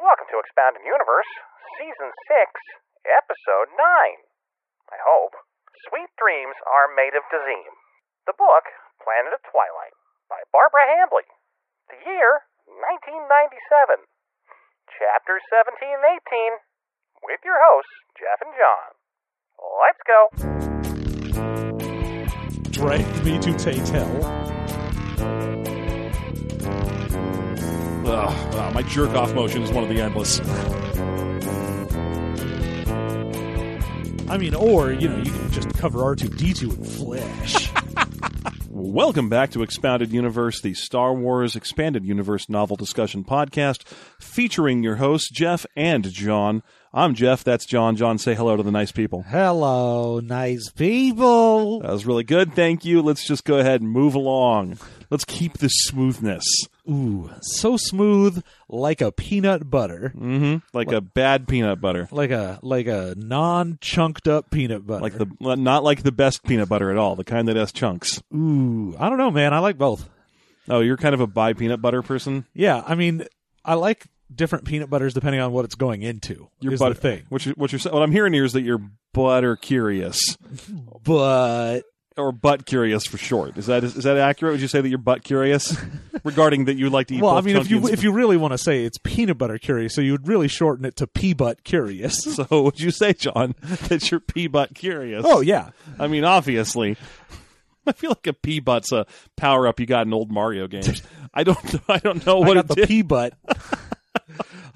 Welcome to Expounding Universe, Season 6, Episode 9. I hope. Sweet Dreams Are Made of Dazim. The book, Planet of Twilight, by Barbara Hambly. The year, 1997. Chapters 17 and 18, with your hosts, Jeff and John. Let's go. dragged me to Tatel. Ugh, uh, my jerk off motion is one of the endless. I mean, or, you know, you can just cover R2D2 in flesh. Welcome back to Expounded Universe, the Star Wars Expanded Universe novel discussion podcast featuring your hosts, Jeff and John. I'm Jeff, that's John. John, say hello to the nice people. Hello, nice people. That was really good. Thank you. Let's just go ahead and move along. Let's keep this smoothness. Ooh, so smooth like a peanut butter. Mm-hmm. Like a bad peanut butter. Like a like a non chunked up peanut butter. Like the not like the best peanut butter at all, the kind that has chunks. Ooh, I don't know, man. I like both. Oh, you're kind of a bi peanut butter person. Yeah, I mean I like different peanut butters depending on what it's going into. You're is butter the thing. What you're, what you're what I'm hearing here is that you're butter curious. But or butt curious for short. Is that is, that accurate? Would you say that you're butt curious regarding that you like to eat? well, I both mean, if you chunky and if you really want to say it's peanut butter curious, so you would really shorten it to pea butt curious. sp- so would you say, John, that you're pea butt curious? Oh yeah, I mean, obviously, I feel like a pea butt's a power up you got in old Mario games. I don't I don't know what I got it the did. pea butt.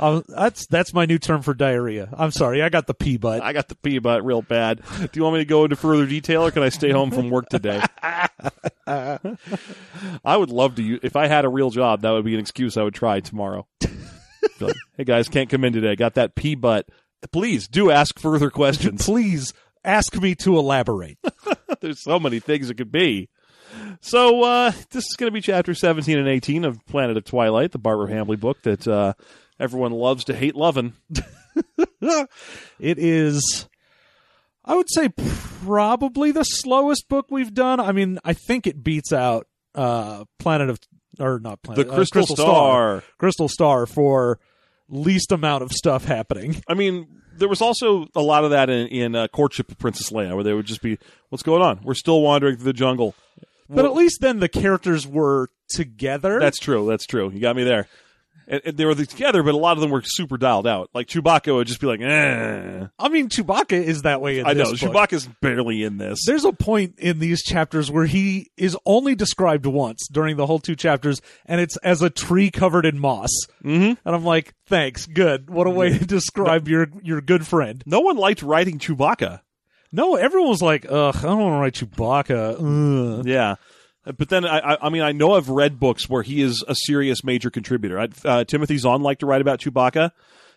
Um, that's that's my new term for diarrhea. I'm sorry, I got the pea butt. I got the pea butt real bad. Do you want me to go into further detail, or can I stay home from work today? I would love to. u- If I had a real job, that would be an excuse I would try tomorrow. Be like, hey guys, can't come in today. Got that pea butt. Please do ask further questions. Please ask me to elaborate. There's so many things it could be. So uh, this is going to be chapter 17 and 18 of Planet of Twilight, the Barbara Hambly book that uh, everyone loves to hate loving. it is, I would say, probably the slowest book we've done. I mean, I think it beats out uh, Planet of or not The Planet uh, Crystal, Star. Crystal Star for least amount of stuff happening. I mean, there was also a lot of that in, in uh, Courtship of Princess Leia, where they would just be, "What's going on? We're still wandering through the jungle." but at least then the characters were together. That's true. That's true. You got me there. And, and they were together, but a lot of them were super dialed out. Like Chewbacca would just be like, eh. I mean, Chewbacca is that way. In "I know this book. Chewbacca's barely in this." There's a point in these chapters where he is only described once during the whole two chapters, and it's as a tree covered in moss. Mhm. And I'm like, thanks, good. What a way to describe your your good friend. No one liked writing Chewbacca. No, everyone was like, ugh, I don't want to write Chewbacca. Ugh. Yeah. But then I, I, I mean, I know I've read books where he is a serious major contributor. I, uh, Timothy Zahn liked to write about Chewbacca,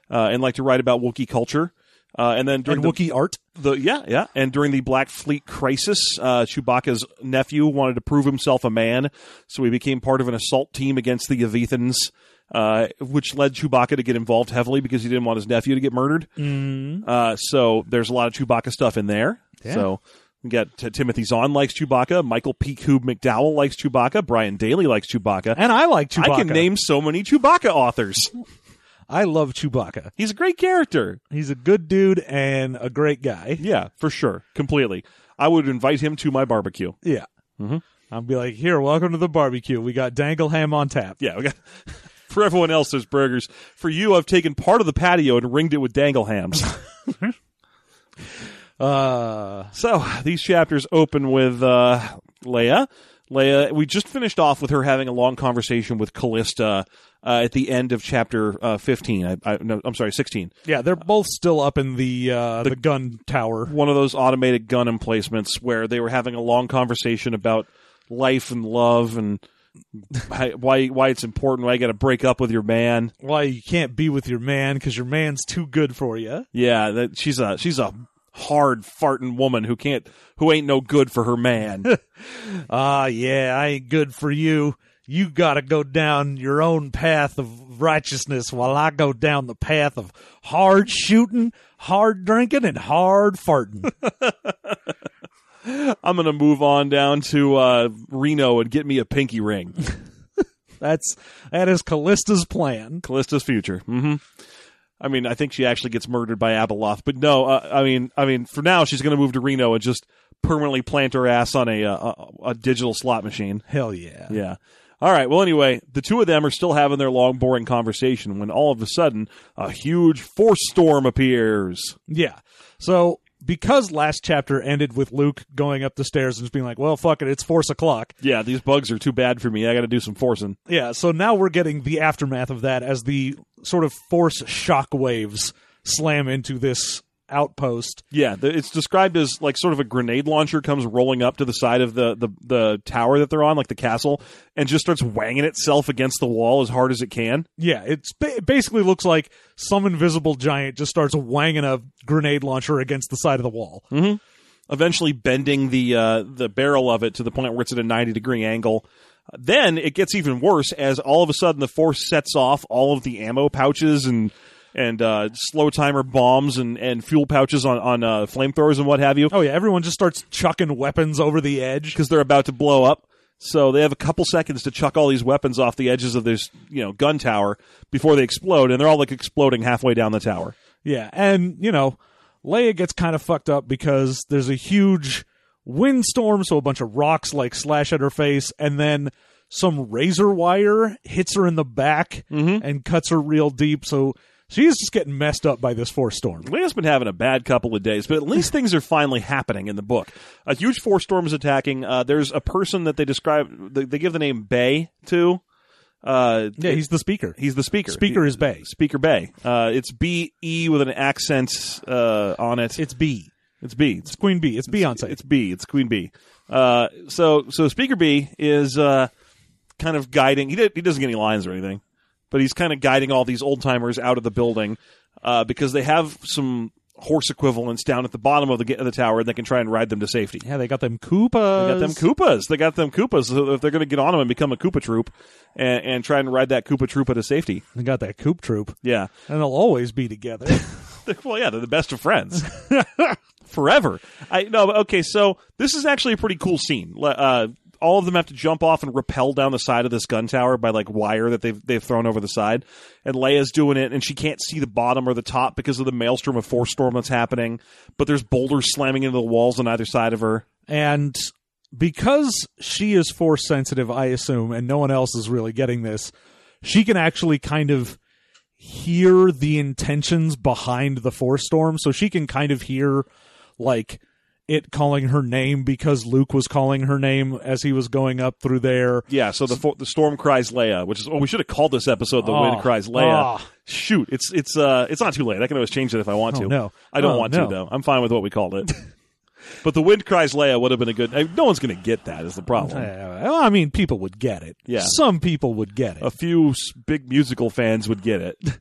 uh, and liked to write about Wookiee culture. Uh, and then during And the, Wookiee art. The yeah yeah, and during the Black Fleet crisis, uh, Chewbacca's nephew wanted to prove himself a man, so he became part of an assault team against the Avethans, uh, which led Chewbacca to get involved heavily because he didn't want his nephew to get murdered. Uh, so there's a lot of Chewbacca stuff in there. Mm-hmm. Yeah. So we got T- Timothy Zahn likes Chewbacca, Michael P. Coob McDowell likes Chewbacca, Brian Daly likes Chewbacca. And I like Chewbacca. I can name so many Chewbacca authors. I love Chewbacca. He's a great character. He's a good dude and a great guy. Yeah, for sure, completely. I would invite him to my barbecue. Yeah. I'll be like, here, welcome to the barbecue. We got dangle ham on tap. Yeah, we got for everyone else there's burgers. For you, I've taken part of the patio and ringed it with dangle hams. Uh, so these chapters open with uh, Leia. Leia, we just finished off with her having a long conversation with Callista uh, at the end of chapter uh, fifteen. I, I, no, I'm sorry, sixteen. Yeah, they're both still up in the uh, the, gun tower. One of those automated gun emplacements where they were having a long conversation about life and love and why- why why it's important. Why you got to break up with your man. Why you can't be with your man because your man's too good for you. Yeah, that she's a she's a hard farting woman who can't who ain't no good for her man. Ah, yeah, I ain't good for you. You gotta go down your own path of righteousness while I go down the path of hard shooting, hard drinking, and hard farting. I'm gonna move on down to uh, Reno and get me a pinky ring. That's that is Callista's plan. Callista's future. hmm I mean, I think she actually gets murdered by Abeloth, but no, uh, I mean, I mean, for now she's going to move to Reno and just permanently plant her ass on a, uh, a a digital slot machine. Hell yeah. Yeah. All right. Well, anyway, the two of them are still having their long, boring conversation when all of a sudden a huge force storm appears. Yeah. So because last chapter ended with Luke going up the stairs and just being like, well, fuck it, it's force o'clock. Yeah, these bugs are too bad for me. I got to do some forcing. Yeah. So now we're getting the aftermath of that as the sort of force shockwaves slam into this outpost. Yeah, the, it's described as like sort of a grenade launcher comes rolling up to the side of the, the the tower that they're on, like the castle, and just starts wanging itself against the wall as hard as it can. Yeah. It's ba- it basically looks like some invisible giant just starts wanging a grenade launcher against the side of the wall. eventually bending the uh, the barrel of it to the point where it's at a 90 degree angle. Then it gets even worse as all of a sudden the force sets off all of the ammo pouches and and uh, slow timer bombs and, and fuel pouches on on uh, flamethrowers and what have you Oh yeah. Everyone just starts chucking weapons over the edge. because they're about to blow up. So they have a couple seconds to chuck all these weapons off the edges of this you know gun tower before they explode, and they're all like exploding halfway down the tower. Yeah, and you know, Leia gets kind of fucked up because there's a huge windstorm, so a bunch of rocks like slash at her face, and then some razor wire hits her in the back Mm-hmm. and cuts her real deep. So she's just getting messed up by this force storm. Leia's been having a bad couple of days, but at least things are finally happening in the book. A huge force storm is attacking. Uh, there's a person that they describe. They, they give the name Bay to. Uh, Yeah, he's the speaker. he's the speaker. Speaker He- is Bay. Speaker Bay. Uh, it's B E with an accent uh, on it. It's B. It's B. It's It's Queen B. It's Beyonce. It's B. It's Queen B. Uh, so so Speaker B is uh, kind of guiding. He did, he doesn't get any lines or anything, but he's kind of guiding all these old timers out of the building uh, because they have some horse equivalents down at the bottom of the ga- of the tower, and they can try and ride them to safety. yeah, they got them Koopas. They got them Koopas. They got them Koopas. So if they're going to get on them and become a Koopa troop and, and try and ride that Koopa troopa to safety, They got that Koop troop, yeah. and they'll always be together. well, yeah, they're the best of friends forever. I no, but okay. So this is actually a pretty cool scene. Le- Uh, all of them have to jump off and rappel down the side of this gun tower by like wire that they've they've thrown over the side. And Leia's doing it, and she can't see the bottom or the top because of the maelstrom of force storm that's happening. But there's boulders slamming into the walls on either side of her. And because she is force sensitive, I assume, and no one else is really getting this, she can actually kind of hear the intentions behind the force storm. So she can kind of hear, like, it calling her name because Luke was calling her name as he was going up through there. Yeah. So the fo- the storm cries Leia, which is oh, we should have called this episode "The Wind Oh, Cries Leia." oh. Shoot, it's it's uh it's not too late. I can always change it if I want Oh, to. no. I don't Oh, want no. to though. I'm fine with what we called it. but "The Wind Cries Leia" would have been a good. I, no one's going to get that. Is the problem? Uh, well, I mean, people would get it. Yeah. Some people would get it. A few s- big musical fans would get it, but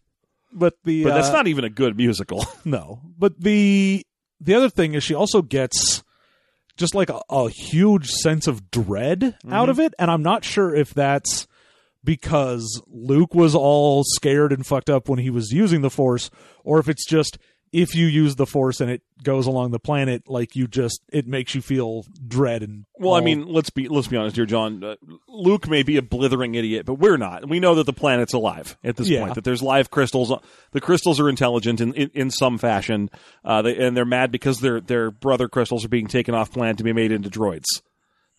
but the uh, that's not even a good musical. No, but the the other thing is she also gets just like a, a huge sense of dread out Mm-hmm. of it, and I'm not sure if that's because Luke was all scared and fucked up when he was using the Force, or if it's just if you use the Force and it goes along the planet, like you just it makes you feel dread and Well, I all- mean, let's be let's be honest, dear John. Uh, Luke may be a blithering idiot, but we're not. We know that the planet's alive at this Yeah. point. That there's live crystals. The crystals are intelligent in in, in some fashion, uh, they, and they're mad because their their brother crystals are being taken off planet to be made into droids.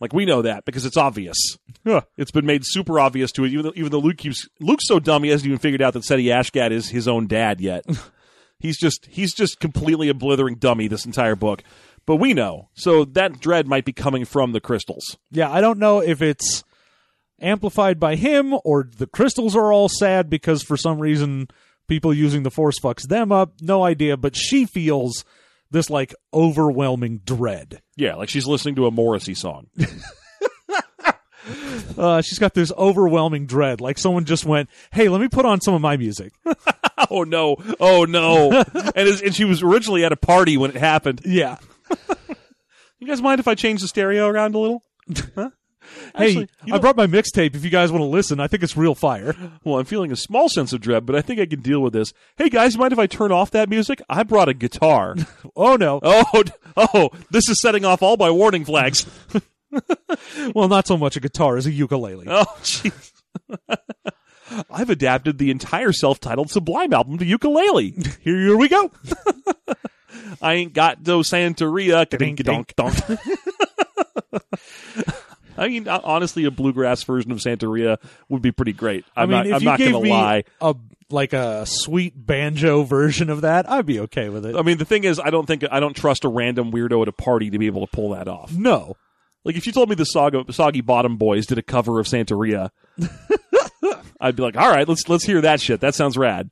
Like we know that because it's obvious. Huh. It's been made super obvious to it. Even though, even though Luke keeps Luke's so dumb, he hasn't even figured out that Seti Ashgat is his own dad yet. He's just he's just completely a blithering dummy this entire book. But we know. So that dread might be coming from the crystals. Yeah, I don't know if it's amplified by him or the crystals are all sad because for some reason people using the force fucks them up. No idea, but she feels this like overwhelming dread. Yeah, like she's listening to a Morrissey song. Uh, she's got this overwhelming dread, like someone just went, "Hey, let me put on some of my music." oh no. Oh no. and it's, and she was originally at a party when it happened. Yeah. You guys mind if I change the stereo around a little? Actually, Hey, you I don't- brought my mixtape. If you guys want to listen, I think it's real fire. Well, I'm feeling a small sense of dread, but I think I can deal with this. Hey guys, mind if I turn off that music? I brought a guitar. Oh no. oh, d- oh, this is setting off all my warning flags. Well, not so much a guitar as a ukulele. Oh, jeez. I've adapted the entire self-titled Sublime album to ukulele. Here, here we go. I ain't got no Santeria. Dink, Donk, donk. I mean, uh, honestly, a bluegrass version of Santeria would be pretty great. I'm mean, not, if I'm you not gave gonna me lie. a like a sweet banjo version of that, I'd be okay with it. I mean, the thing is, I don't think I don't trust a random weirdo at a party to be able to pull that off. no, Like, if you told me the Sog- Soggy Bottom Boys did a cover of Santeria, I'd be like, all right, let's let's hear that shit. That sounds rad.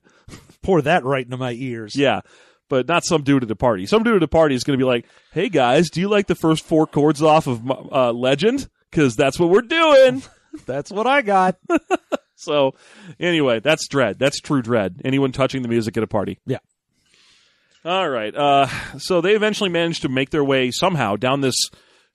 pour that right into my ears. Yeah. But not some dude at a party. Some dude at a party is going to be like, "Hey guys, do you like the first four chords off of uh, Legend? Because that's what we're doing." That's what I got. So, anyway, that's dread. That's true dread. Anyone touching the music at a party. Yeah. All right. Uh, so they eventually managed to make their way somehow down this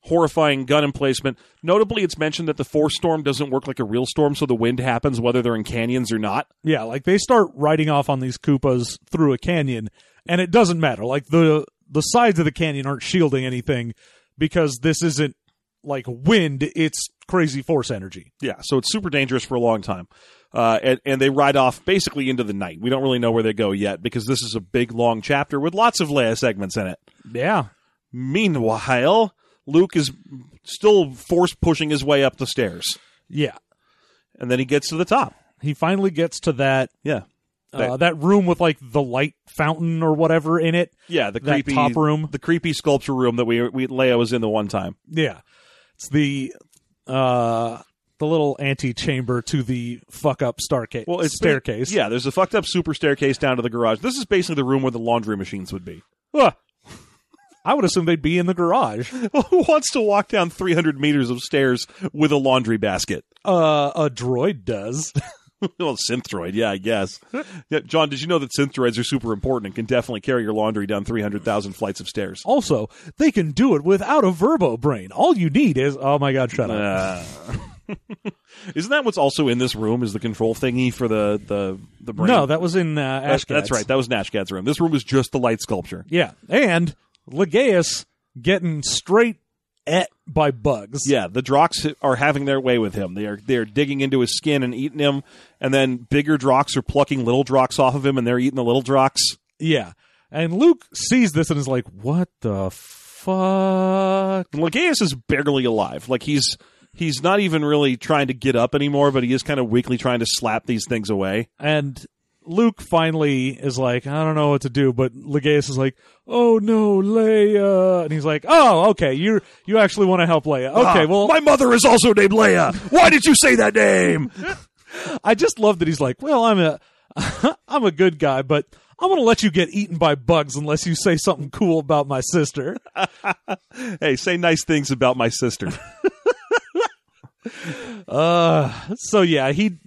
horrifying gun emplacement. Notably, it's mentioned that the force storm doesn't work like a real storm, so the wind happens whether they're in canyons or not. Yeah, like they start riding off on these Koopas through a canyon, and it doesn't matter. Like the the sides of the canyon aren't shielding anything because this isn't like wind; it's crazy force energy. Yeah, so it's super dangerous for a long time. Uh, and, and they ride off basically into the night. We don't really know where they go yet because this is a big, long chapter with lots of Leia segments in it. Yeah, Meanwhile, Luke is still force pushing his way up the stairs. yeah. And then he gets to the top. He finally gets to that Yeah. uh, that room with like the light fountain or whatever in it. Yeah, the That creepy top room. the creepy sculpture room that we, we Leia was in the one time. Yeah, it's the uh the little antechamber to the fuck up starca- Well, it's staircase. yeah, there's a fucked up super staircase down to the garage. This is basically the room where the laundry machines would be. Ugh. I would assume they'd be in the garage. Who wants to walk down 300 meters of stairs with a laundry basket? Uh, a droid does. well, synthroid, yeah, I guess. Yeah, John, did you know that synthroids are super important and can definitely carry your laundry down 300,000 flights of stairs? Also, they can do it without a verbo brain. All you need is oh my god, shut up. Uh, isn't that what's also in this room? Is the control thingy for the the the brain? No, that was in uh, that's, Ash. that's right. That was Nashgad's room. This room was just the light sculpture. Yeah, and Legaeus getting straight at by bugs. Yeah, the Drox are having their way with him. They are they are digging into his skin and eating him, and then bigger Drox are plucking little Drox off of him, and they're eating the little Drox. yeah. And Luke sees this and is like, "What the fuck?" And Legaeus is barely alive. Like he's he's not even really trying to get up anymore, but he is kind of weakly trying to slap these things away. And Luke finally is like, "I don't know what to do," but Legaeus is like, "Oh no, Leia," and he's like, "Oh, okay, you you actually want to help Leia? Okay, Ah, well, my mother is also named Leia. Why did you say that name? I just love that he's like, well, I'm a, I'm a good guy, but I'm gonna let you get eaten by bugs unless you say something cool about my sister. hey, say nice things about my sister. Uh, so yeah, he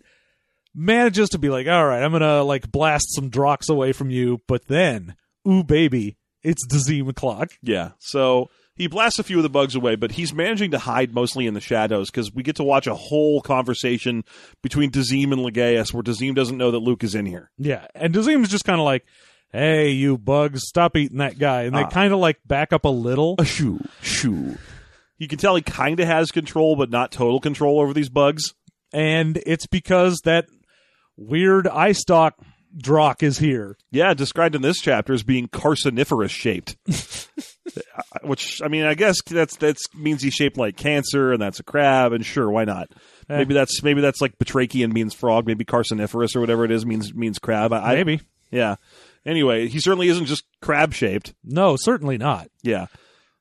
manages to be like, all right, I'm gonna like blast some drox away from you, but then, ooh baby, it's Dazim o'clock. yeah. So he blasts a few of the bugs away, but he's managing to hide mostly in the shadows because we get to watch a whole conversation between Dazim and Legaeus where Dazim doesn't know that Luke is in here. Yeah, and Dazim's just kind of like, hey, you bugs, stop eating that guy, and they Ah. kind of like back up a little. shoo, shoo. You can tell he kind of has control, but not total control over these bugs. and it's because that weird eye stalk drock is here. Yeah, described in this chapter as being carciniferous shaped. I- Which I mean, I guess that's that's means he's shaped like cancer, and that's a crab, and sure, why not? Maybe that's maybe that's like batrachian means frog, maybe carciniferous or whatever it is means means crab. I, I, Maybe. yeah. Anyway, he certainly isn't just crab shaped. No, certainly not. Yeah,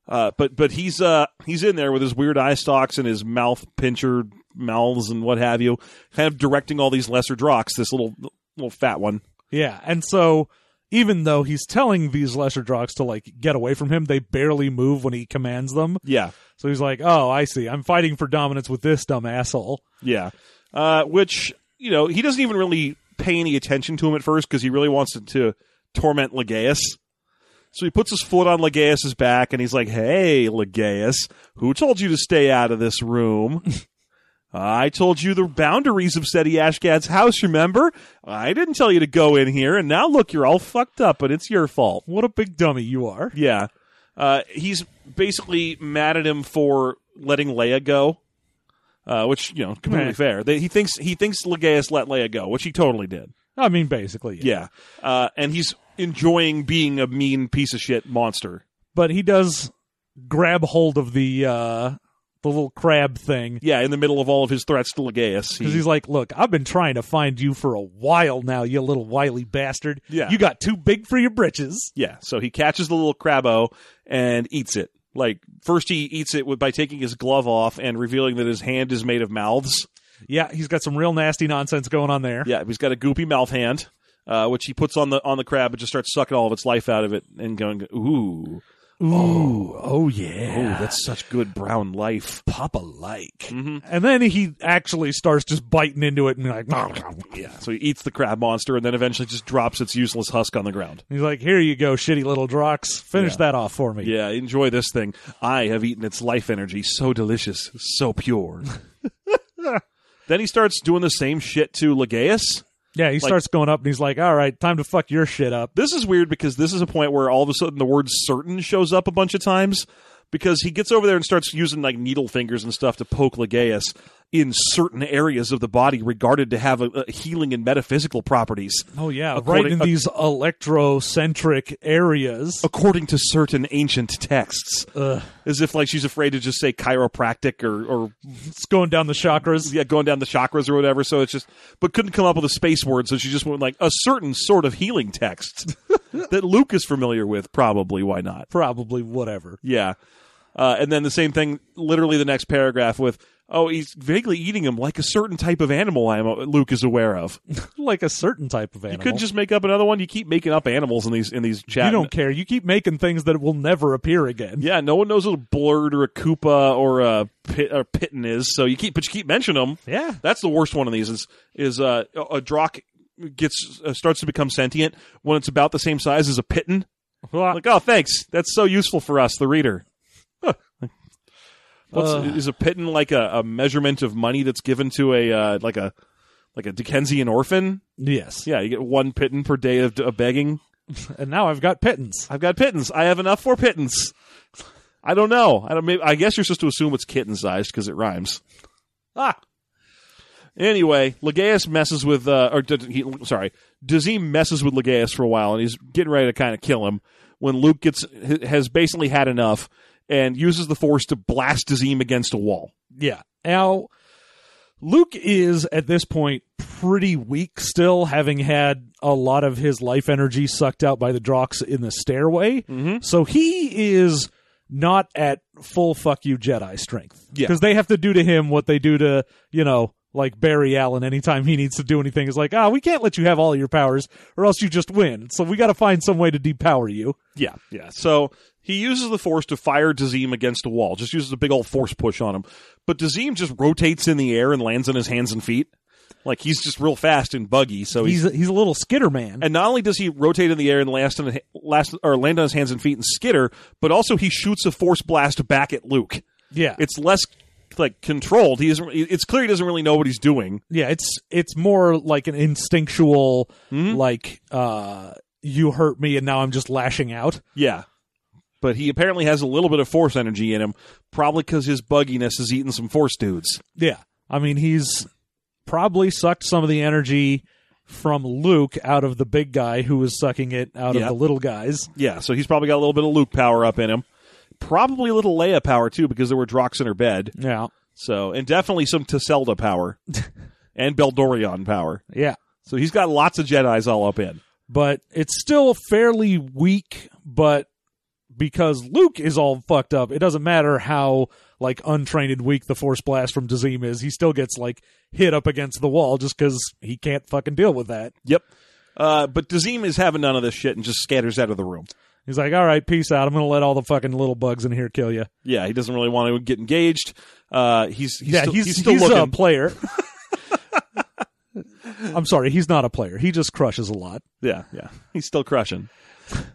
uh, but but he's uh he's in there with his weird eye stalks and his mouth pincher mouths and what have you, kind of directing all these lesser drocks. This little little fat one. Yeah, and so even though he's telling these lesser drogs to like get away from him, they barely move when he commands them. Yeah. So he's like, "Oh, I see. I'm fighting for dominance with this dumb asshole." Yeah. Uh, which, you know, he doesn't even really pay any attention to him at first because he really wants to, to torment Legaeus. So he puts his foot on Legaeus's back and he's like, Hey, Legaeus, who told you to stay out of this room? I told you the boundaries of SETI Ashgad's house, remember? I didn't tell you to go in here, and now look, you're all fucked up, but it's your fault. What a big dummy you are. Yeah. Uh, he's basically mad at him for letting Leia go. uh, which you know completely Meh. fair. They, he thinks he thinks Legaeus let Leia go, which he totally did. I mean, basically, Yeah, uh, and he's enjoying being a mean piece of shit monster. But he does grab hold of the uh, the little crab thing Yeah, in the middle of all of his threats to Legaeus, because he, he's like, "Look, I've been trying to find you for a while now, you little wily bastard. Yeah. you got too big for your britches." yeah. So he catches the little crabbo and eats it. Like first, he eats it with, by taking his glove off and revealing that his hand is made of mouths. Yeah, he's got some real nasty nonsense going on there. Yeah, he's got a goopy mouth hand, uh, which he puts on the on the crab and just starts sucking all of its life out of it and going, "Ooh, Ooh, oh, ooh, yeah, that's such good brown life, Papa like." hmm And then he actually starts just biting into it and like, Yeah, so he eats the crab monster and then eventually just drops its useless husk on the ground. he's like, "Here you go, shitty little Drox. Finish Yeah. that off for me." Yeah, enjoy this thing. I have eaten its life energy. So delicious, so pure. then he starts doing the same shit to Legaeus. Yeah, he starts going up and he's like, "All right, time to fuck your shit up." This is weird because this is a point where all of a sudden the word certain shows up a bunch of times because he gets over there and starts using like needle fingers and stuff to poke Legaeus in certain areas of the body regarded to have a, a healing and metaphysical properties. Oh yeah, right According- in these electrocentric areas. According to certain ancient texts, Ugh. as if like she's afraid to just say chiropractic or, or It's going down the chakras. yeah, going down the chakras or whatever. So it's just, but couldn't come up with a space word, so she just went like a certain sort of healing text that Luke is familiar with, probably. Why not? Probably whatever. Yeah, uh, and then the same thing, literally the next paragraph with, oh, he's vaguely eating him like a certain type of animal. I'm uh, Luke is aware of. You Like a certain type of animal. could just make up another one. You keep making up animals in these in these chat. You don't care. You keep making things that will never appear again. Yeah, no one knows what a blurred or a Koopa or a pit or Pitten is. So you keep, but you keep mentioning them. Yeah. That's the worst one of these. Is is uh, a a Drock gets uh, starts to become sentient when it's about the same size as a Pitten. Like, oh, thanks. That's so useful for us, the reader. Huh. What's, Uh. is a Pitten like a, a measurement of money that's given to a uh, like a like a Dickensian orphan? Yes. Yeah, you get one Pitten per day of, of begging. And now I've got pittance. I've got pittance. I have enough for pittance. I don't know. I don't. Maybe, I guess you're supposed to assume it's kitten sized because it rhymes. Ah. Anyway, Legaeus messes with, uh, or d- he, sorry, Dazim messes with Legaeus for a while, and he's getting ready to kind of kill him when Luke gets has basically had enough and uses the force to blast Dazim against a wall. Yeah. Now, Luke is at this point pretty weak still, having had a lot of his life energy sucked out by the Drox in the stairway. Mhm. So he is not at full fuck you Jedi strength. Yeah. Because they have to do to him what they do to, you know, like Barry Allen anytime he needs to do anything is like, ah, we can't let you have all your powers or else you just win. So we got to find some way to depower you. Yeah, yeah. So he uses the force to fire Dazim against a wall. Just uses a big old force push on him. But Dazim just rotates in the air and lands on his hands and feet. Like he's just real fast and buggy. So he's, He's a, he's a little skitter man. and not only does he rotate in the air and last on last or land on his hands and feet and skitter, but also he shoots a force blast back at Luke. yeah. It's less like controlled. He doesn't. It's clear he doesn't really know what he's doing. yeah it's it's more like an instinctual Mhm. like uh you hurt me and now i'm just lashing out Yeah. But he apparently has a little bit of force energy in him, probably because his bugginess is eating some force dudes. yeah i mean he's probably sucked some of the energy from luke out of the big guy who was sucking it out Yeah. of the little guys Yeah, so he's probably got a little bit of Luke power up in him. Probably a little Leia power too, because there were Drox in her bed. yeah So, and definitely some Tiselda power and Beldorion power. yeah So he's got lots of Jedi's all up in. but it's still fairly weak but because luke is all fucked up it doesn't matter how like untrained and weak the force blast from Dazim is he still gets like hit up against the wall just because he can't fucking deal with that Yep. Uh, but Dazim is having none of this shit and just scatters out of the room. He's like, all right, peace out. I'm going to let all the fucking little bugs in here kill you. Yeah, he doesn't really want to get engaged. Uh, he's, he's yeah, still, he's, still he's um, looking. a player. I'm sorry, he's not a player. He just crushes a lot. Yeah, yeah. He's still crushing.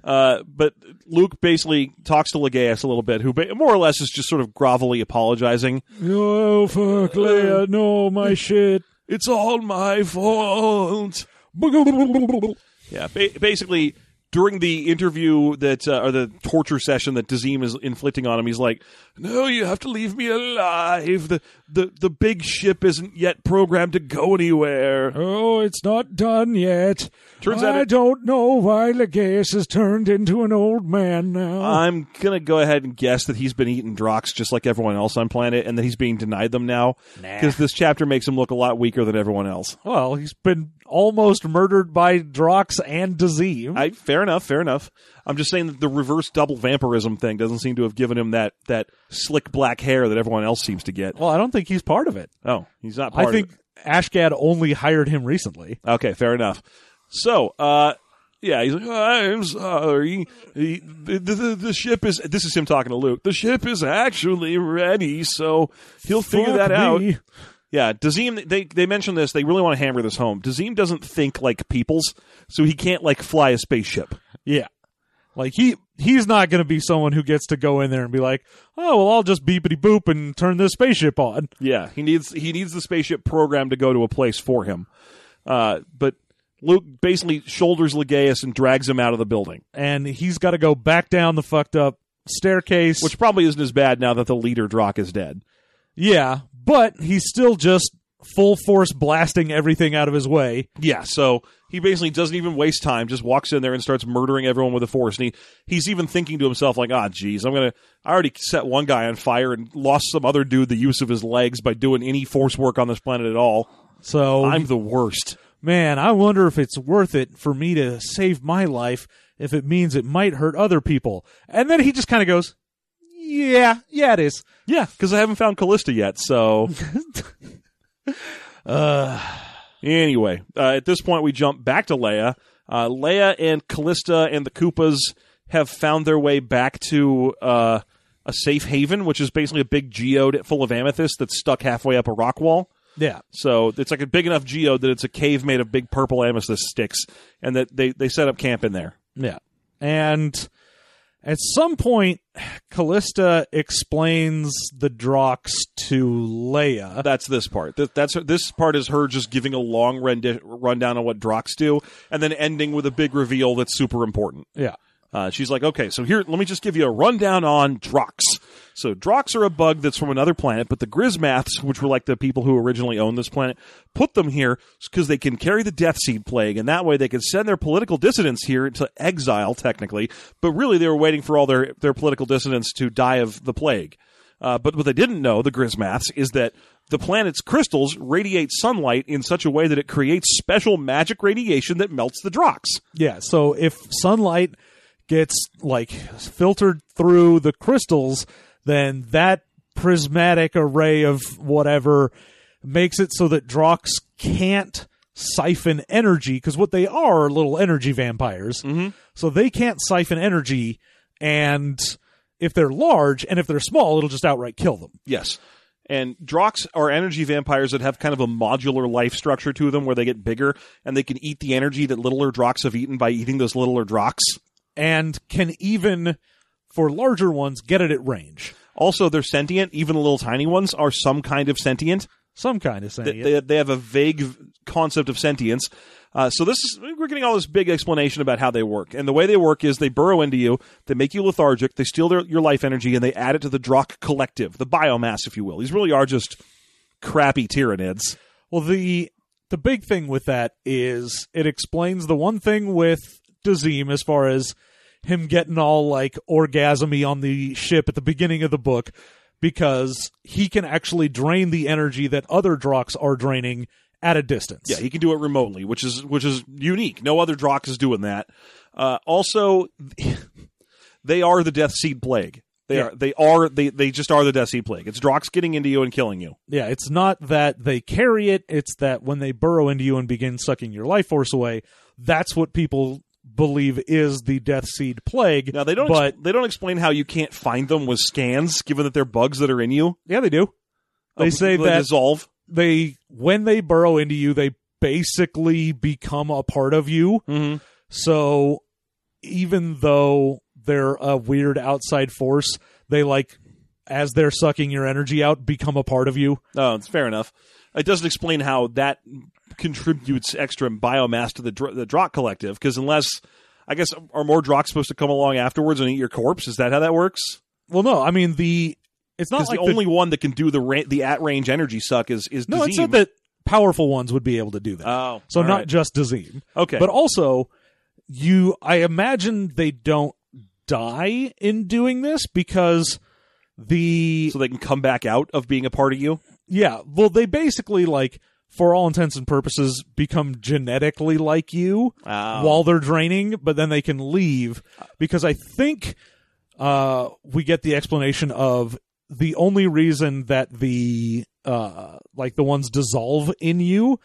Uh, but Luke basically talks to Legaeus a little bit, who ba- more or less is just sort of grovelly apologizing. Oh, fuck, Leia. No, my shit. It's all my fault. Yeah, ba- basically during the interview that uh, or the torture session that Dazim is inflicting on him, he's like, "No, you have to leave me alive. The the the big ship isn't yet programmed to go anywhere. Oh, it's not done yet. Turns out I it- don't know why Legace has turned into an old man now. I'm gonna go ahead and guess that he's been eating Drox just like everyone else on planet, and that he's being denied them now because this chapter makes him look a lot weaker than everyone else. well, he's been almost murdered by Drox and Dazim. I, fair enough, fair enough. I'm just saying that the reverse double vampirism thing doesn't seem to have given him that that slick black hair that everyone else seems to get. well, I don't think he's part of it. Oh, he's not part I think of Ashgad only hired him recently. it. Okay, fair enough. So, uh, yeah, he's like, "Oh, I'm sorry. He, the, the, the ship is. This is him talking to Luke. The ship is actually ready, so he'll figure Fuck that out. me. Yeah, Dazim. They they mentioned this. They really want to hammer this home. Dazim doesn't think like peoples, so he can't like fly a spaceship. Yeah. Like he he's not going to be someone who gets to go in there and be like, "Oh, well, I'll just beepity boop and turn this spaceship on." Yeah, he needs he needs the spaceship program to go to a place for him. Uh, but Luke basically shoulders Legaeus and drags him out of the building, And he's got to go back down the fucked up staircase. which probably isn't as bad now that the leader Drock is dead. yeah, but he's still just full force blasting everything out of his way. Yeah, so he basically doesn't even waste time; just walks in there and starts murdering everyone with a force. And he, he's even thinking to himself like, "Ah, geez, I'm gonna. I already set one guy on fire and lost some other dude the use of his legs by doing any force work on this planet at all. So, I'm the worst." man, I wonder if it's worth it for me to save my life if it means it might hurt other people. And then he just kind of goes, "Yeah, yeah, it is." Yeah, because I haven't found Callista yet, so. Anyway, uh, at this point, we jump back to Leia. Uh, Leia and Callista and the Koopas have found their way back to uh, a safe haven, which is basically a big geode full of amethyst that's stuck halfway up a rock wall. Yeah. So it's like a big enough geode that it's a cave made of big purple amethyst sticks, and that they, they set up camp in there. Yeah. And at some point, Callista explains the Drox to Leia. That's this part. That, that's this part is her just giving a long rendi- rundown on what Drox do, and then ending with a big reveal that's super important. Yeah. Uh, she's like, okay, so here, let me just give you a rundown on Drox. So Drox are a bug that's from another planet, but the Grismaths, which were like the people who originally owned this planet, put them here because they can carry the Death Seed plague, and that way they can send their political dissidents here into exile, technically. But really, they were waiting for all their their political dissidents to die of the plague. Uh, but what they didn't know, the Grismaths, is that the planet's crystals radiate sunlight in such a way that it creates special magic radiation that melts the Drox. Yeah. So if sunlight gets like filtered through the crystals, then that prismatic array of whatever makes it so that Drox can't siphon energy because what they are are little energy vampires. So they can't siphon energy and if they're large and if they're small, it'll just outright kill them. Yes. And Drox are energy vampires that have kind of a modular life structure to them where they get bigger and they can eat the energy that littler Drox have eaten by eating those littler Drox. and can even for larger ones get it at range Also, they're sentient. Even the little tiny ones are some kind of sentient. some kind of They, sentient they, they have a vague v- concept of sentience. Uh, so this is we're getting all this big explanation about how they work, and the way they work is they burrow into you, they make you lethargic, they steal their, your life energy, and they add it to the Drock collective, the biomass, if you will. These really are just crappy Tyranids. well the the big thing with that is it explains the one thing with Dazim as far as him getting all like orgasmy on the ship at the beginning of the book because he can actually drain the energy that other Drox are draining at a distance. Yeah, he can do it remotely, which is which is unique. No other Drock is doing that. Uh, also, they are the Death Seed Plague. They Yeah. are they are they they just are the Death Seed Plague. It's Drox getting into you and killing you. Yeah, it's not that they carry it, it's that when they burrow into you and begin sucking your life force away, that's what people believe is the death seed plague. Now they don't but ex- they don't explain how you can't find them with scans, given that they're bugs that are in you. yeah, they do. They Uh, say that- dissolve. They when they burrow into you, they basically become a part of you. Mm-hmm. So even though they're a weird outside force, they like as they're sucking your energy out, become a part of you. Oh, it's fair enough. It doesn't explain how that contributes extra biomass to the dr- the Drock collective, because unless I guess are more Drock supposed to come along afterwards and eat your corpse? Is that how that works? Well, no, I mean the It's not Because like the only one that can do the ra- the at range energy suck is is no. It Dizim. said that powerful ones would be able to do that. Oh, Uh, so all not right. just Dazim. okay, But also, you, I imagine they don't die in doing this because the so they can come back out of being a part of you. yeah, well, they basically like for all intents and purposes become genetically like you Oh. while they're draining, but then they can leave because I think uh, we get the explanation of the only reason that the uh, like the ones dissolve in you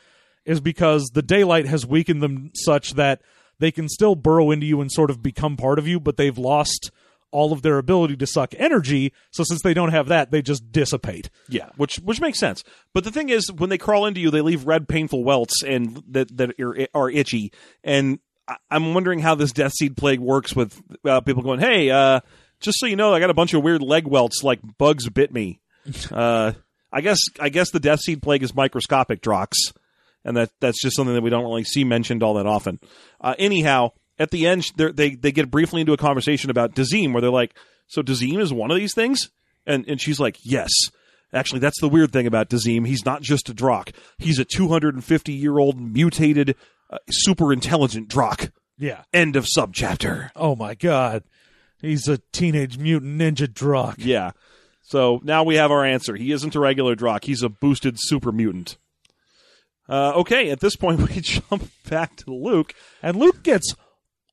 is because the daylight has weakened them such that they can still burrow into you and sort of become part of you, but they've lost all of their ability to suck energy. So since they don't have that, they just dissipate. Yeah, which which makes sense. But the thing is, when they crawl into you, they leave red, painful welts and that that are, are itchy. And I, I'm wondering how this death seed plague works with uh, people going, "Hey, uh, just so you know, I got a bunch of weird leg welts, like bugs bit me." uh, I guess I guess the death seed plague is microscopic, Drox, and that that's just something that we don't really see mentioned all that often. Uh, anyhow, at the end, they're- they they get briefly into a conversation about Dazim, where they're like, "So Dazim is one of these things," and and she's like, "Yes." Actually, that's the weird thing about Dazim. He's not just a Drock. He's a 250 year old mutated, uh, super intelligent Drock. Yeah. End of subchapter. Oh my god. He's a teenage mutant ninja drug. Yeah. So now we have our answer. He isn't a regular Drock. He's a boosted super mutant. Uh, okay, at this point we jump back to Luke. And Luke gets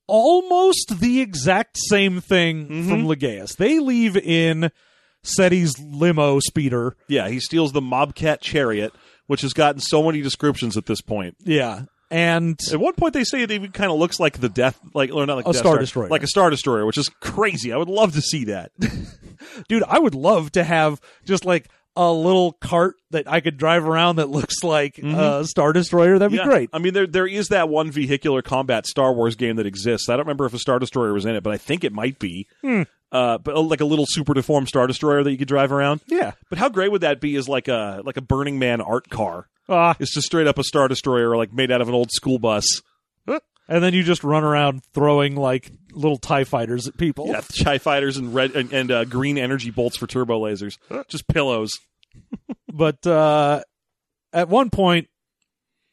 almost the exact same thing Mm-hmm. from Legaeus. They leave in SETI's limo speeder. Yeah, he steals the Mobcat chariot, which has gotten so many descriptions at this point. Yeah. And At one point, they say it even kind of looks like the death, like or not like A the Death Star Destroyer. like a star destroyer, which is crazy. I would love to see that. dude, I would love to have just like a little cart that I could drive around that looks like a Star Destroyer. That'd be Mm-hmm. Yeah. great. I mean, there there is that one vehicular combat Star Wars game that exists. I don't remember if a Star Destroyer was in it, but I think it might be. Hmm. Uh, but uh, like a little super deformed Star Destroyer that you could drive around. Yeah. But how great would that be? Is like a like a Burning Man art car. Ah, It's just straight up a Star Destroyer, like made out of an old school bus. and then you just run around throwing like little TIE fighters at people. Yeah, Chi fighters and red and, and uh, green energy bolts for turbo lasers. Just pillows. but uh, at one point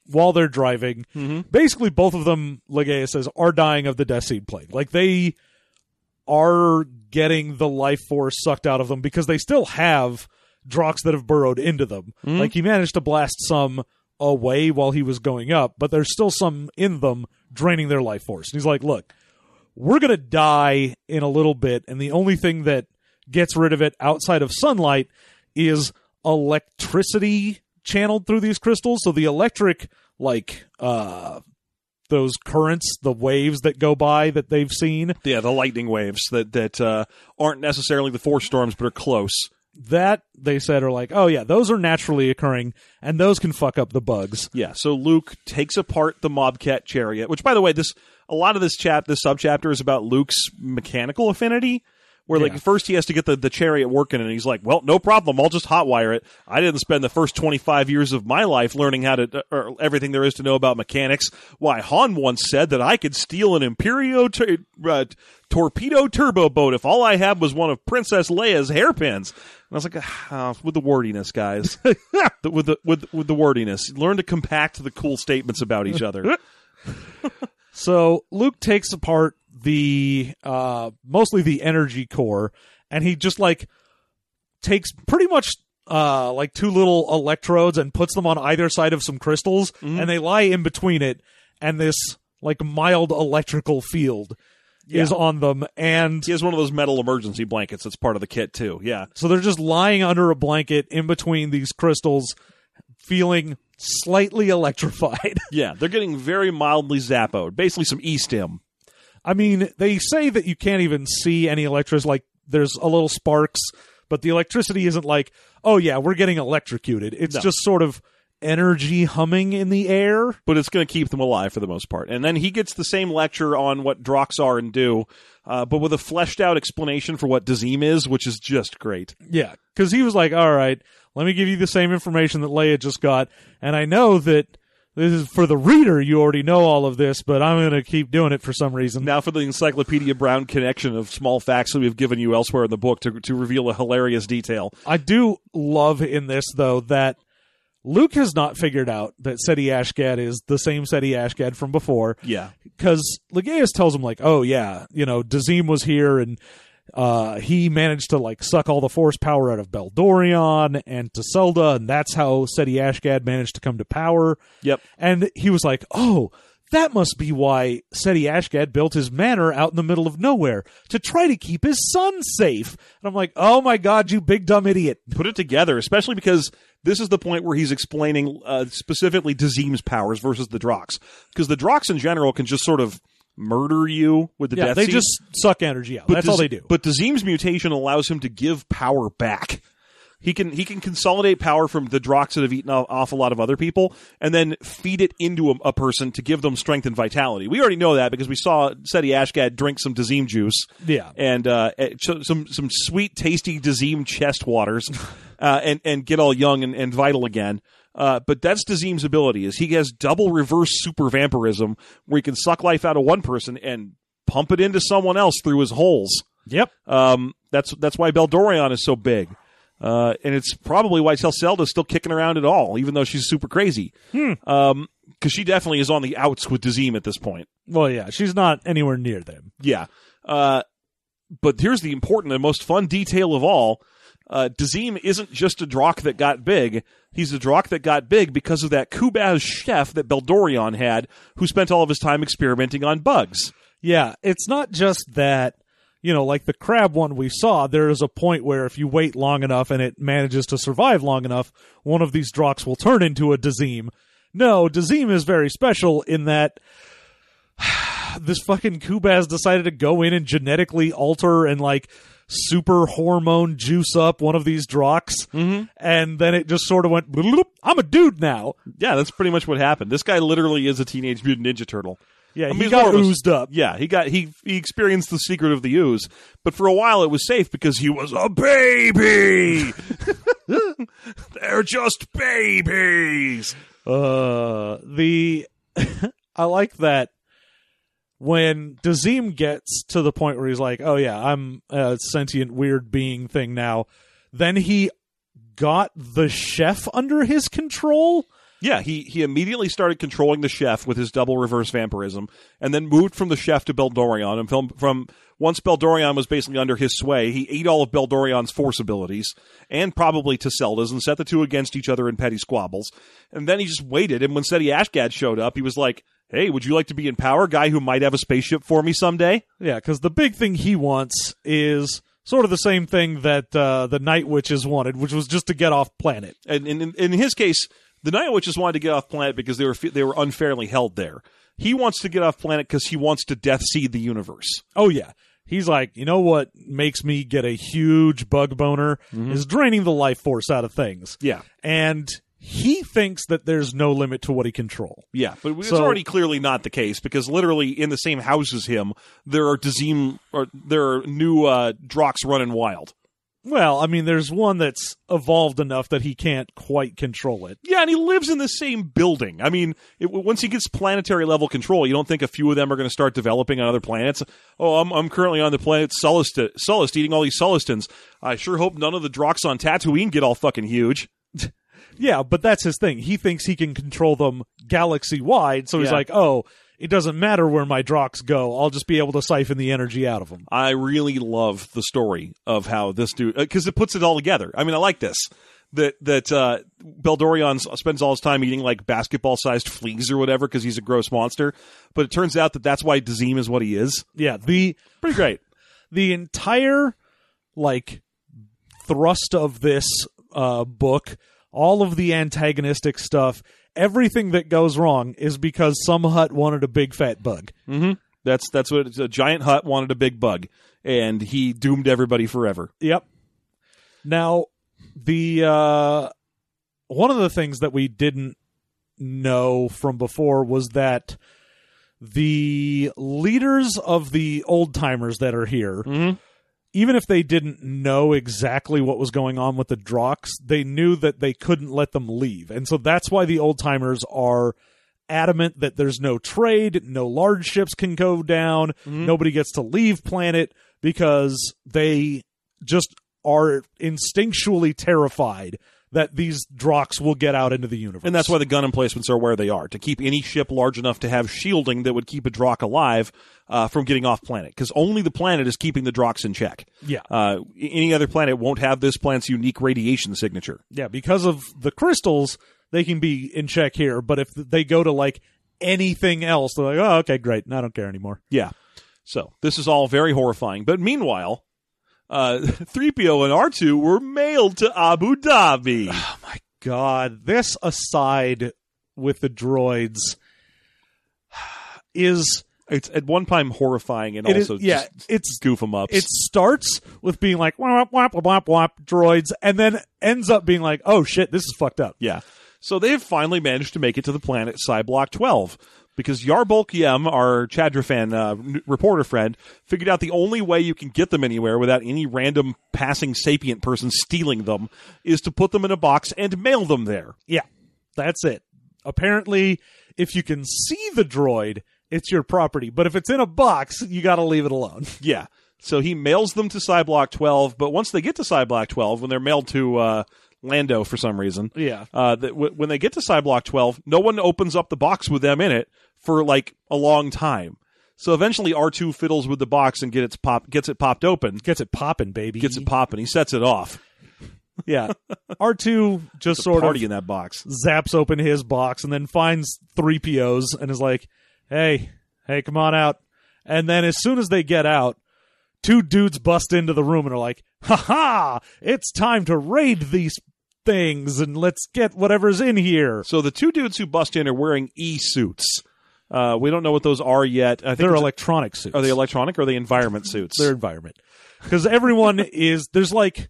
while they're driving basically both of them Legea says are dying of the death seed plague like they are getting the life force sucked out of them because they still have drox that have burrowed into them like he managed to blast some away while he was going up but there's still some in them draining their life force and he's like look we're going to die in a little bit and the only thing that gets rid of it outside of sunlight is electricity channeled through these crystals so the electric like uh those currents the waves that go by that they've seen Yeah, the lightning waves that that uh, aren't necessarily the force storms, but are close. that they said are like oh yeah those are naturally occurring and those can fuck up the bugs Yeah, so Luke takes apart the Mobcat chariot, which by the way, this a lot of this chap this subchapter is about Luke's mechanical affinity. Where Yeah. like first he has to get the, the chariot working and he's like, Well, no problem, I'll just hotwire it. I didn't spend the first twenty five years of my life learning how to uh, or everything there is to know about mechanics. Why Han once said that I could steal an Imperio tur uh, torpedo turbo boat if all I had was one of Princess Leia's hairpins. And I was like, ah, with the wordiness, guys. The- with the with with the wordiness. Learn to compact the cool statements about each other. So Luke takes apart the uh mostly the energy core and he just like takes pretty much uh like two little electrodes and puts them on either side of some crystals and they lie in between it and this like mild electrical field is Yeah. on them and he has one of those metal emergency blankets that's part of the kit too. Yeah. so they're just lying under a blanket in between these crystals feeling slightly electrified. Yeah, they're getting very mildly zappoed. Basically some E-stim. I mean, they say that you can't even see any electricity. Like, there's a little sparks, but the electricity isn't like, oh yeah, we're getting electrocuted. It's No. just sort of energy humming in the air. But it's going to keep them alive for the most part. And then he gets the same lecture on what Drox are and do, uh, but with a fleshed out explanation for what Dazim is, which is just great. Yeah, because he was like, all right, let me give you the same information that Leia just got, and I know that This is for the reader. You already know all of this, but I'm going to keep doing it for some reason. Now for the Encyclopedia Brown connection of small facts that we've given you elsewhere in the book to, to reveal a hilarious detail. I do love in this though that Luke has not figured out that Seti Ashgad is the same Seti Ashgad from before Yeah. because Legaeus tells him like, "Oh yeah, you know, Dazim was here and uh, he managed to like suck all the force power out of Beldorion and Tiselda, and that's how Seti Ashgad managed to come to power." Yep. And he was like, "Oh." That must be why Seti Ashgad built his manor out in the middle of nowhere to try to keep his son safe. And I'm like, oh my god, you big dumb idiot. Put it together, especially because this is the point where he's explaining uh, specifically Dazim's powers versus the Drox. Because the Drox in general can just sort of murder you with the Yeah, death they Seed. just suck energy out. That's all Daz- they do. But Dazim's mutation allows him to give power back. He can he can consolidate power from the Drox that have eaten off, off a lot of other people, and then feed it into a, a person to give them strength and vitality. We already know that because we saw Seti Ashgad drink some Dazim juice, Yeah. and uh, eh, ch- some some sweet, tasty Dazim chest waters, uh, and and get all young and, and vital again. Uh, but that's Dazim's ability is he has double reverse super vampirism, where he can suck life out of one person and pump it into someone else through his holes. Yep. Um, that's that's why Beldorion is so big, uh, and it's probably why Celselda's still kicking around at all, even though she's super crazy. Um, because she definitely is on the outs with Dazim at this point. Well, yeah, she's not anywhere near them. Yeah. Uh, but here's the important and most fun detail of all. Uh, Dazim isn't just a Drock that got big. He's a Drock that got big because of that Kubaz chef that Beldorion had, who spent all of his time experimenting on bugs. Yeah, it's not just that, you know, like the crab one we saw, there is a point where if you wait long enough and it manages to survive long enough, one of these Drox will turn into a Dazim. No, Dazim is very special in that this fucking Kubaz decided to go in and genetically alter and like super hormone juice up one of these Drox. Mm-hmm. And then it just sort of went, "Bloop, I'm a dude now. Yeah, that's pretty much what happened. This guy literally is a Teenage Mutant Ninja Turtle. Yeah, mean, he he's got more of a- oozed up. Yeah, he got he he experienced the secret of the ooze, but for a while it was safe because he was a baby. They're just babies. Uh, the I like that when Dazim gets to the point where he's like, "Oh yeah, I'm a sentient weird being thing now." Then he got the chef under his control. Yeah, he he immediately started controlling the chef with his double reverse vampirism, and then moved from the chef to Beldorion. And from from once Beldorion was basically under his sway, he ate all of Beldorion's force abilities and probably Tiselda's, and set the two against each other in petty squabbles. And then he just waited. And when Seti Ashgad showed up, he was like, "Hey, would you like to be in power, guy who might have a spaceship for me someday?" Yeah, because the big thing he wants is sort of the same thing that uh, the Night Witches wanted, which was just to get off planet. and in, in, in his case, the Night Witches wanted to get off planet because they were fe- they were unfairly held there. He wants to get off planet because he wants to death seed the universe. Oh yeah. He's like, you know what makes me get a huge bug boner is draining the life force out of things. Mm-hmm. Yeah, and he thinks that there's no limit to what he control. yeah, but it's So- already clearly not the case because literally in the same house as him, there are Dazim or there are new uh, Drox running wild. Well, I mean, there's one that's evolved enough that he can't quite control it. Yeah, and he lives in the same building. I mean, it, once he gets planetary level control, you don't think a few of them are going to start developing on other planets? Oh, I'm, I'm currently on the planet Sullust, Sullust eating all these Sullustans. I sure hope none of the Drox on Tatooine get all fucking huge. Yeah, but that's his thing. He thinks he can control them galaxy wide, so he's Yeah. like, oh, it doesn't matter where my Drox go. I'll just be able to siphon the energy out of them. I really love the story of how this dude because it puts it all together. I mean, I like this that that uh, Beldorion s- spends all his time eating like basketball sized fleas or whatever because he's a gross monster. But it turns out that that's why Dazim is what he is. Yeah, the Pretty great. the entire like thrust of this uh, book, all of the antagonistic stuff, everything that goes wrong is because some hut wanted a big fat bug. Mm-hmm. That's that's what it's a giant hut wanted a big bug, and he doomed everybody forever. Yep. Now, the uh, one of the things that we didn't know from before was that the leaders of the old timers that are here, Mhm. even if they didn't know exactly what was going on with the Drox, they knew that they couldn't let them leave, and so that's why the old timers are adamant that there's no trade, no large ships can go down, Mm-hmm. nobody gets to leave planet because they just are instinctually terrified that these Drox will get out into the universe. And that's why the gun emplacements are where they are to keep any ship large enough to have shielding that would keep a Drock alive uh, from getting off planet. Because only the planet is keeping the Drocks in check. Yeah. Uh, any other planet won't have this planet's unique radiation signature. Yeah, because of the crystals, they can be in check here. But if they go to like anything else, they're like, oh, okay, great. I don't care anymore. Yeah. So this is all very horrifying. But meanwhile, uh, 3PO and R2 were mailed to Abu Dhabi. God, this aside with the droids is It's at one time horrifying and It is- also yeah, just it's- goof them up. it starts with being like womp womp womp womp droids, and then ends up being like, oh shit, this is fucked up. Yeah. So they've finally managed to make it to the planet Cyblock 12 because Yarbulk Yem, our Chadrafan uh, n- reporter friend, figured out the only way you can get them anywhere without any random passing sapient person stealing them is to put them in a box and mail them there. Yeah, that's it. Apparently, if you can see the droid, it's your property. But if it's in a box, you got to leave it alone. Yeah. So he mails them to Cyblock 12, but once they get to Cyblock 12, when they're mailed to uh, Lando for some reason, Yeah. uh, that w- when they get to Cyblock 12, no one opens up the box with them in it for like a long time. So eventually, R2 fiddles with the box and get its pop gets it popped open, Gets it popping, baby. gets it popping. He sets it off. Yeah. R2 just sort of Party in that box. zaps open his box and then finds 3POs and is like, hey, hey, come on out. And then as soon as they get out, two dudes bust into the room and are like, ha ha, it's time to raid these things and let's get whatever's in here. So the two dudes who bust in are wearing e suits. Uh, we don't know what those are yet. I think They're it's- electronic suits. are they electronic or are they environment suits? their environment because everyone is there's like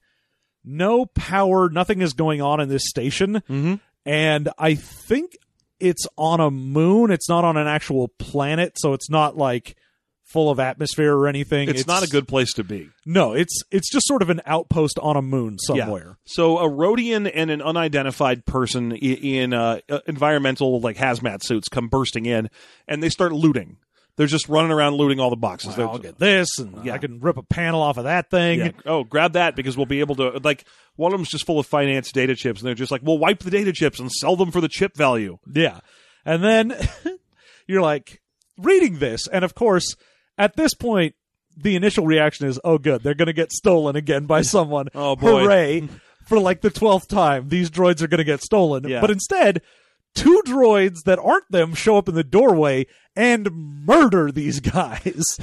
no power nothing is going on in this station Mm-hmm. and i think it's on a moon it's not on an actual planet so it's not like full of atmosphere or anything it's not a good place to be. no it's it's just sort of an outpost on a moon somewhere So a Rhodian and an unidentified person i- in uh, uh, environmental like hazmat suits come bursting in, and they start looting. They're just running around looting all the boxes. They're- i'll get this and Yeah. i can rip a panel off of that thing yeah, oh, grab that because we'll be able to. Like one of them's just full of finance data chips, and they're just like, "We'll wipe the data chips and sell them for the chip value." Yeah. And then you're like reading this. And of course, at this point, the initial reaction is, oh, good, they're going to get stolen again by someone. Oh, boy. Hooray. For like the 12th time, these droids are going to get stolen. Yeah. But instead, two droids that aren't them show up in the doorway and murder these guys.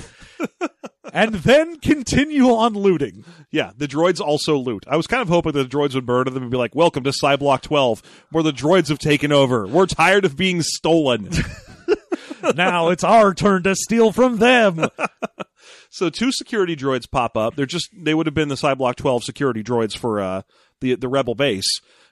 and then continue on looting. Yeah, the droids also loot. I was kind of hoping that the droids would murder them and be like, "Welcome to Cyblock 12, where the droids have taken over. We're tired of being stolen." now it's our turn to steal from them. So two security droids pop up. They're just they would have been the Cyblock 12 security droids for uh, the the rebel base,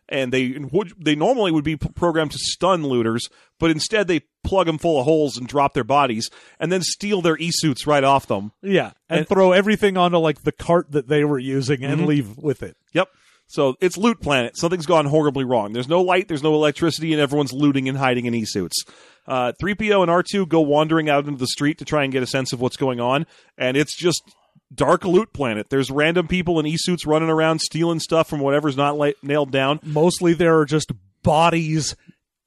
and they would they normally would be p- programmed to stun looters, but instead they plug them full of holes and drop their bodies, and then steal their e suits right off them. Yeah, and, throw everything onto like the cart that they were using and leave with it. Yep. So it's loot planet. Something's gone horribly wrong. There's no light, there's no electricity, and everyone's looting and hiding in e suits. Uh, 3PO and R2 go wandering out into the street to try and get a sense of what's going on, and it's just dark loot planet. There's random people in e suits running around stealing stuff from whatever's not la- nailed down. Mostly there are just bodies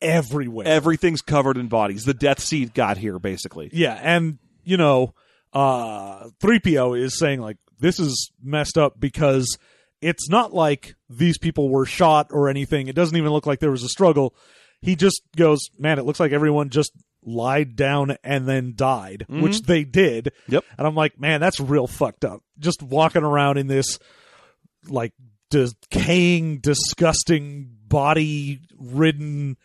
everywhere. Everything's covered in bodies. The Death Sea got here, basically. yeah, and you know, uh 3PO is saying like this is messed up because it's not like these people were shot or anything. It doesn't even look like there was a struggle. He just goes, "Man, it looks like everyone just lied down and then died," which they did. Yep. And I'm like, "Man, that's real fucked up." Just walking around in this like decaying, disgusting, body ridden.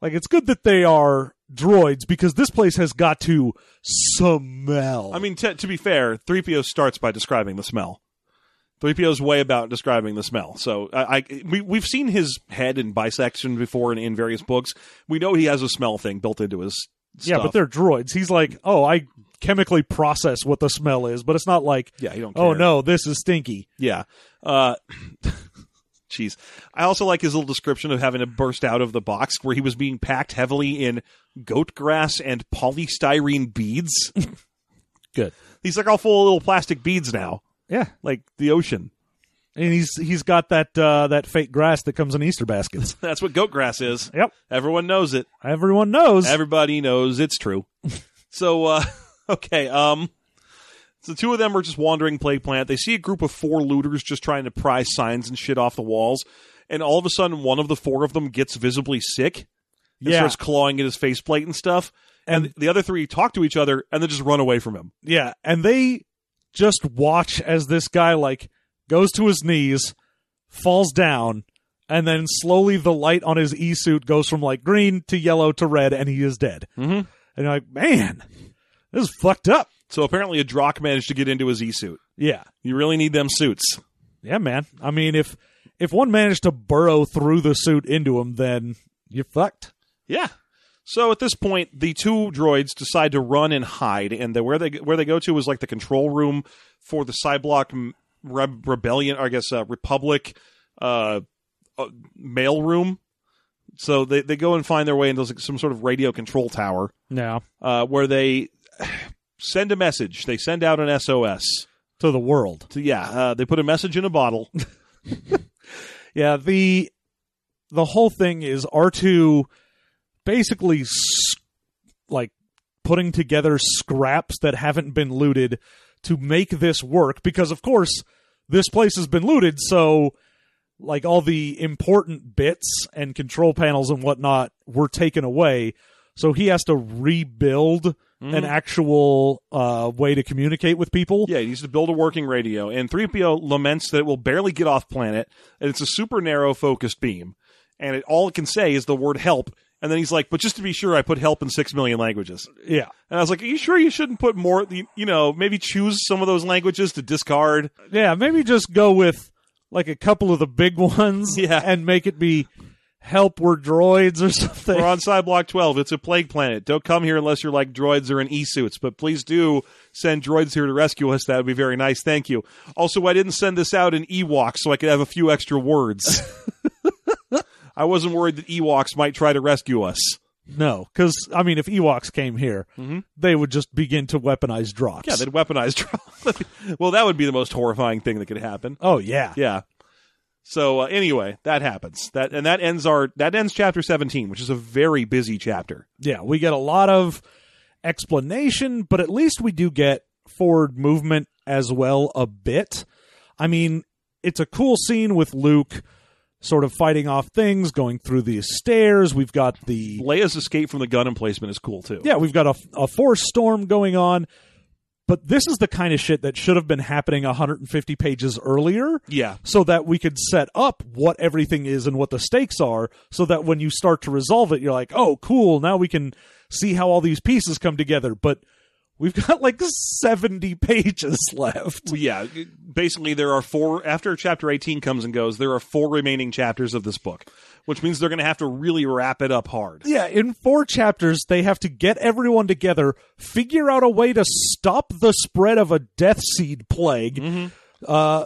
Like it's good that they are droids because this place has got to smell. I mean, t- to be fair, 3PO starts by describing the smell. 3PO's way about describing the smell. So I, I we, we've seen his head in bisection before in, in various books. We know he has a smell thing built into his yeah, stuff. but they're droids. He's like, oh, I chemically process what the smell is, but it's not like, Yeah, he don't oh care. no, this is stinky. Yeah. Uh, Jeez. I also like his little description of having to burst out of the box where he was being packed heavily in goat grass and polystyrene beads. Good. He's like all full of little plastic beads now, Yeah. like the ocean. And he's he's got that uh, that fake grass that comes in Easter baskets. That's what goat grass is. Yep. Everyone knows it. Everyone knows. Everybody knows it's true. so uh okay, um so two of them are just wandering play plant. They see a group of four looters just trying to pry signs and shit off the walls, and all of a sudden one of the four of them gets visibly sick and yeah. starts clawing at his faceplate and stuff. And, the other three talk to each other and then just run away from him. Yeah, and they just watch as this guy like goes to his knees, falls down, and then slowly the light on his e suit goes from like green to yellow to red, and he is dead. Mhm. And you're like, man, this is fucked up. So apparently a Drock managed to get into his E suit. Yeah, You really need them suits. yeah, man. I mean, if if one managed to burrow through the suit into him, then you're fucked. Yeah. So at this point, the two droids decide to run and hide, and the, where they where they go to is like the control room for the Cyblock m- Reb- Rebellion, or I guess uh, Republic uh, uh, mail room. So they, they go and find their way into like, some sort of radio control tower Now uh, where they send a message. They send out an SOS. to the world. So yeah, uh, they put a message in a bottle. Yeah, the the whole thing is R2 basically s- like putting together scraps that haven't been looted to make this work because of course this place has been looted so like all the important bits and control panels and whatnot were taken away so he has to rebuild an actual uh, way to communicate with people Yeah, he needs to build a working radio. And 3PO laments that it will barely get off planet, and it's a super narrow focused beam. And it, all it can say is the word help. And then he's like, but just to be sure, I put help in six million languages. yeah. And I was like, are you sure you shouldn't put more, you you know, maybe choose some of those languages to discard? Yeah, maybe just go with like a couple of the big ones Yeah. and make it be help we're droids or something. We're on Cyblock 12. It's a plague planet. Don't come here unless you're like droids or in e suits, but please do send droids here to rescue us. That would be very nice. Thank you. Also, I didn't send this out in Ewok so I could have a few extra words. I wasn't worried that Ewoks might try to rescue us. No, because I mean, if Ewoks came here, they would just begin to weaponize drops. Mm-hmm. Yeah, they'd weaponize droids. well, that would be the most horrifying thing that could happen. oh yeah. Yeah. So uh, anyway, that happens. That and that ends our that ends chapter 17, which is a very busy chapter. yeah, we get a lot of explanation, but at least we do get forward movement as well a bit. I mean, it's a cool scene with Luke sort of fighting off things, going through the stairs. We've got the Leia's escape from the gun emplacement is cool too. yeah, we've got a, a force storm going on, but this is the kind of shit that should have been happening 150 pages earlier Yeah. so that we could set up what everything is and what the stakes are so that when you start to resolve it, you're like, oh, cool, now we can see how all these pieces come together. But we've got like 70 pages left. Well, yeah, basically there are four after chapter 18 comes and goes, there are four remaining chapters of this book, which means they're going to have to really wrap it up hard. Yeah, in four chapters, they have to get everyone together, figure out a way to stop the spread of a death seed plague, uh, have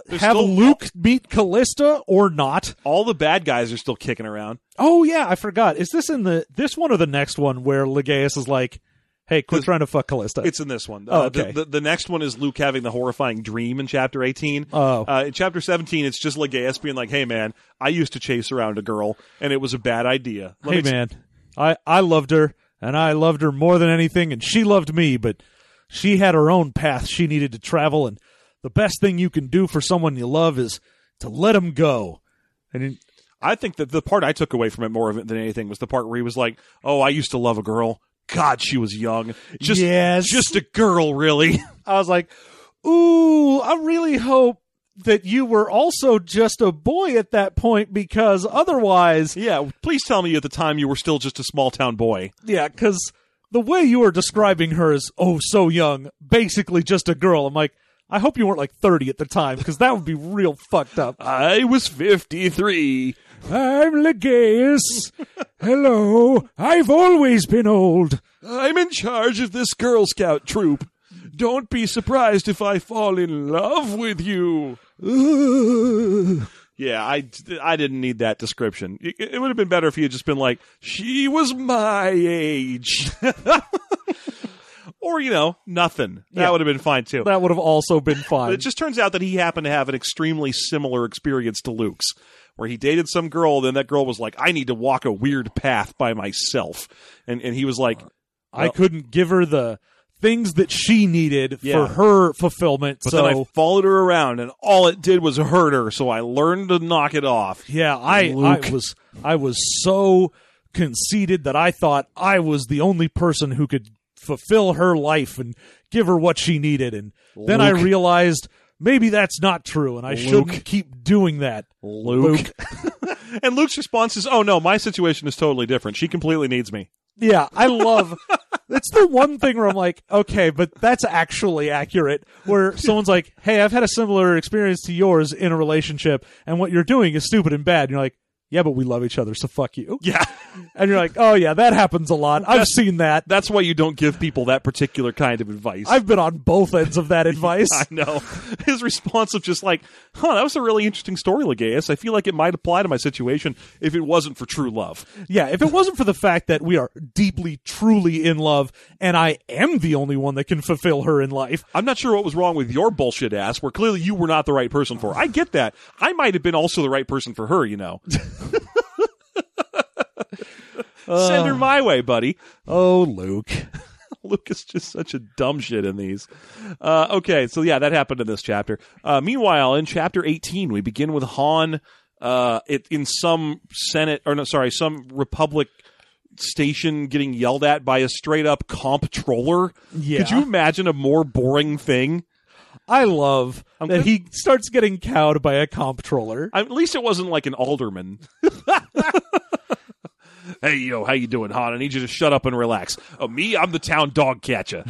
Mm-hmm. still- Luke meet Callista or not. All the bad guys are still kicking around. Oh yeah, I forgot. Is this in the this one or the next one where Legaeus is like, "Hey, quit This- trying to fuck Callista." It's in this one. Oh, Uh, the- okay. the, the next one is Luke having the horrifying dream in chapter 18. Oh. Uh, in chapter 17, it's just Legaeus being like, hey, man, I used to chase around a girl, and it was a bad idea. Let hey me t- man, I I loved her and I loved her more than anything, and she loved me, but she had her own path she needed to travel, and the best thing you can do for someone you love is to let them go. And in, I think that the part I took away from it more of it than anything was the part where he was like, oh, I used to love a girl. God, she was young. Just, Yes. just a girl, really. I was like, ooh, I really hope that you were also just a boy at that point because otherwise, Yeah, please tell me at the time you were still just a small town boy. yeah, because the way you were describing her as, oh, so young, basically just a girl. I'm like, I hope you weren't like 30 at the time because that would be real fucked up. I was 53. I'm Legaeus. Hello. I've always been old. I'm in charge of this Girl Scout troop. Don't be surprised if I fall in love with you. Yeah, I, I didn't need that description. It, it would have been better if you had just been like, she was my age. or, you know, nothing. That Yeah. would have been fine too. That would have also been fine. But it just turns out that he happened to have an extremely similar experience to Luke's, where he dated some girl, then that girl was like, I need to walk a weird path by myself. And, and he was like, I couldn't give her the things that she needed Yeah. for her fulfillment. But so then I followed her around, and all it did was hurt her. So I learned to knock it off. yeah, I, Luke. I was I was so conceited that I thought I was the only person who could fulfill her life and give her what she needed. And then I Luke. realized maybe that's not true, and I shouldn't Luke. keep doing that. Luke. and Luke's response is, "Oh no, my situation is totally different. She completely needs me." Yeah, I love. That's the one thing where I'm like, okay, but that's actually accurate. Where someone's like, "Hey, I've had a similar experience to yours in a relationship, and what you're doing is stupid and bad." And you're like, "Yeah, but we love each other, so fuck you." Yeah, And you're like, "Oh yeah, that happens a lot. I've seen that. that's why you don't give people that particular kind of advice. I've been on both ends of that advice." I know. His response of just like, "Huh, that was a really interesting story, Legaeus. I feel like it might apply to my situation if it wasn't for true love." Yeah, if it wasn't for the fact that we are deeply, truly in love, and I am the only one that can fulfill her in life, I'm not sure what was wrong with your bullshit ass, where clearly you were not the right person for. her. I get that. I might have been also the right person for her, you know. Send her my way, buddy. oh Luke, Luke is just such a dumb shit in these. Uh, okay, so yeah, that happened in this chapter. Uh, meanwhile, in chapter 18, we begin with Han uh, it, in some Senate, or no, sorry, some Republic station getting yelled at by a straight up comptroller. Yeah. Could you imagine a more boring thing? I love that gonna- he starts getting cowed by a comptroller. I- at least it wasn't like an alderman. hey yo, how you doing, Han? I need you to shut up and relax. Oh, me, I'm the town dog catcher.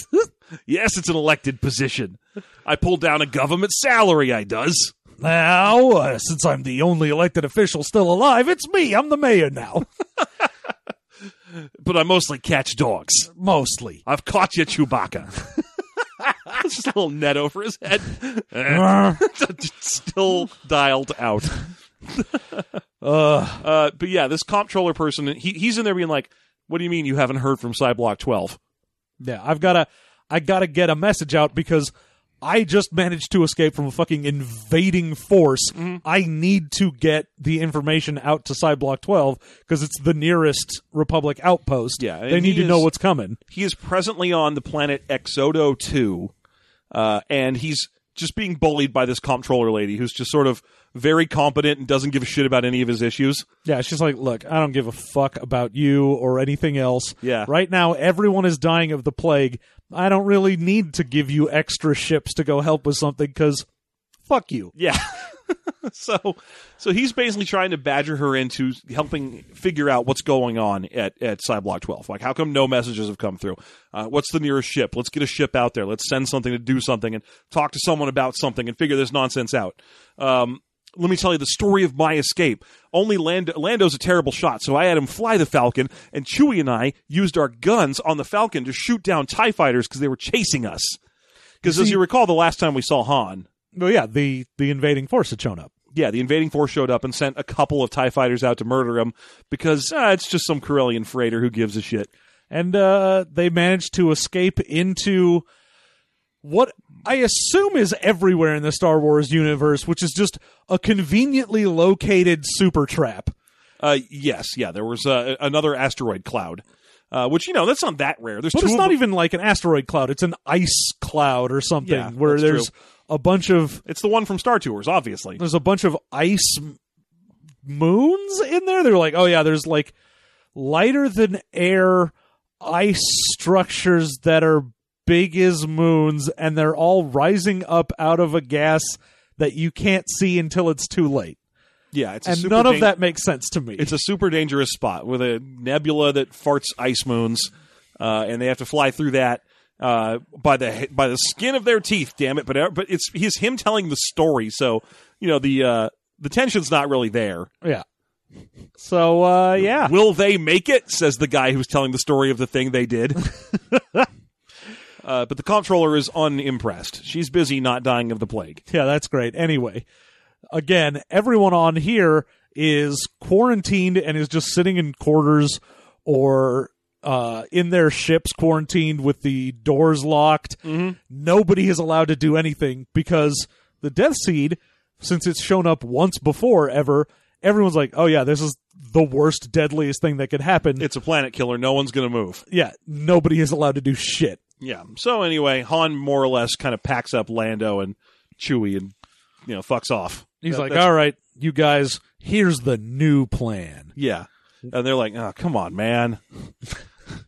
yes, it's an elected position. I pull down a government salary. I does. Now, uh, since I'm the only elected official still alive, it's me. I'm the mayor now, But I mostly catch dogs. mostly. I've caught you, Chewbacca. It's just a little net over his head. uh, Still dialed out. uh, Uh, but yeah, this comptroller person, he, he's in there being like, what do you mean you haven't heard from Cyblock 12? yeah, I've gotta, I gotta get a message out because I just managed to escape from a fucking invading force. Mm-hmm. I need to get the information out to Cyblock 12 because it's the nearest Republic outpost. Yeah, and they need he to know is- what's coming. He is presently on the planet Exodo 2, uh, and he's just being bullied by this comptroller lady who's just sort of very competent and doesn't give a shit about any of his issues. Yeah, she's like, look, I don't give a fuck about you or anything else. Yeah. Right now, everyone is dying of the plague. I don't really need to give you extra ships to go help with something because fuck you. Yeah. so so he's basically trying to badger her into helping figure out what's going on at, at Cyblock 12. Like, how come no messages have come through? Uh, what's the nearest ship? Let's get a ship out there. Let's send something to do something and talk to someone about something and figure this nonsense out. Um, let me tell you the story of my escape. Only Lando, Lando's a terrible shot, so I had him fly the Falcon, and Chewie and I used our guns on the Falcon to shoot down TIE fighters because they were chasing us. Because as you recall, the last time we saw Han, Well, yeah, the, the invading force had shown up. yeah, the invading force showed up and sent a couple of TIE fighters out to murder him because uh, it's just some Corellian freighter who gives a shit. And uh, they managed to escape into what I assume is everywhere in the Star Wars universe, which is just a conveniently located super trap. Uh, yes, yeah, there was uh, another asteroid cloud, uh, which, you know, that's not that rare. There's But two it's of not them. even like an asteroid cloud, it's an ice cloud or something Yeah, where that's there's true. a bunch of It's the one from Star Tours, obviously. there's a bunch of ice m- moons in there. They're like, oh yeah, there's like lighter than air ice structures that are big as moons, and they're all rising up out of a gas that you can't see until it's too late. Yeah, it's a And super none dang- of that makes sense to me. It's a super dangerous spot with a nebula that farts ice moons, uh, and they have to fly through that uh, by the by the skin of their teeth. Damn it! But but it's he's him telling the story, so you know the uh, the tension's not really there. yeah. So uh, yeah, Will they make it? Says the guy who's telling the story of the thing they did. uh, but the comptroller is unimpressed. She's busy not dying of the plague. yeah, that's great. Anyway, again, everyone on here is quarantined and is just sitting in quarters or uh, in their ships quarantined with the doors locked. Nobody is allowed to do anything because the Death Seed, since it's shown up once before ever, everyone's like, oh yeah, this is the worst, deadliest thing that could happen. It's a planet killer. No one's going to move. yeah, nobody is allowed to do shit. Yeah. So anyway, Han more or less kind of packs up Lando and Chewie and you know fucks off. He's That- like, that's- all right, you guys, here's the new plan. yeah. And they're like, oh, come on, man.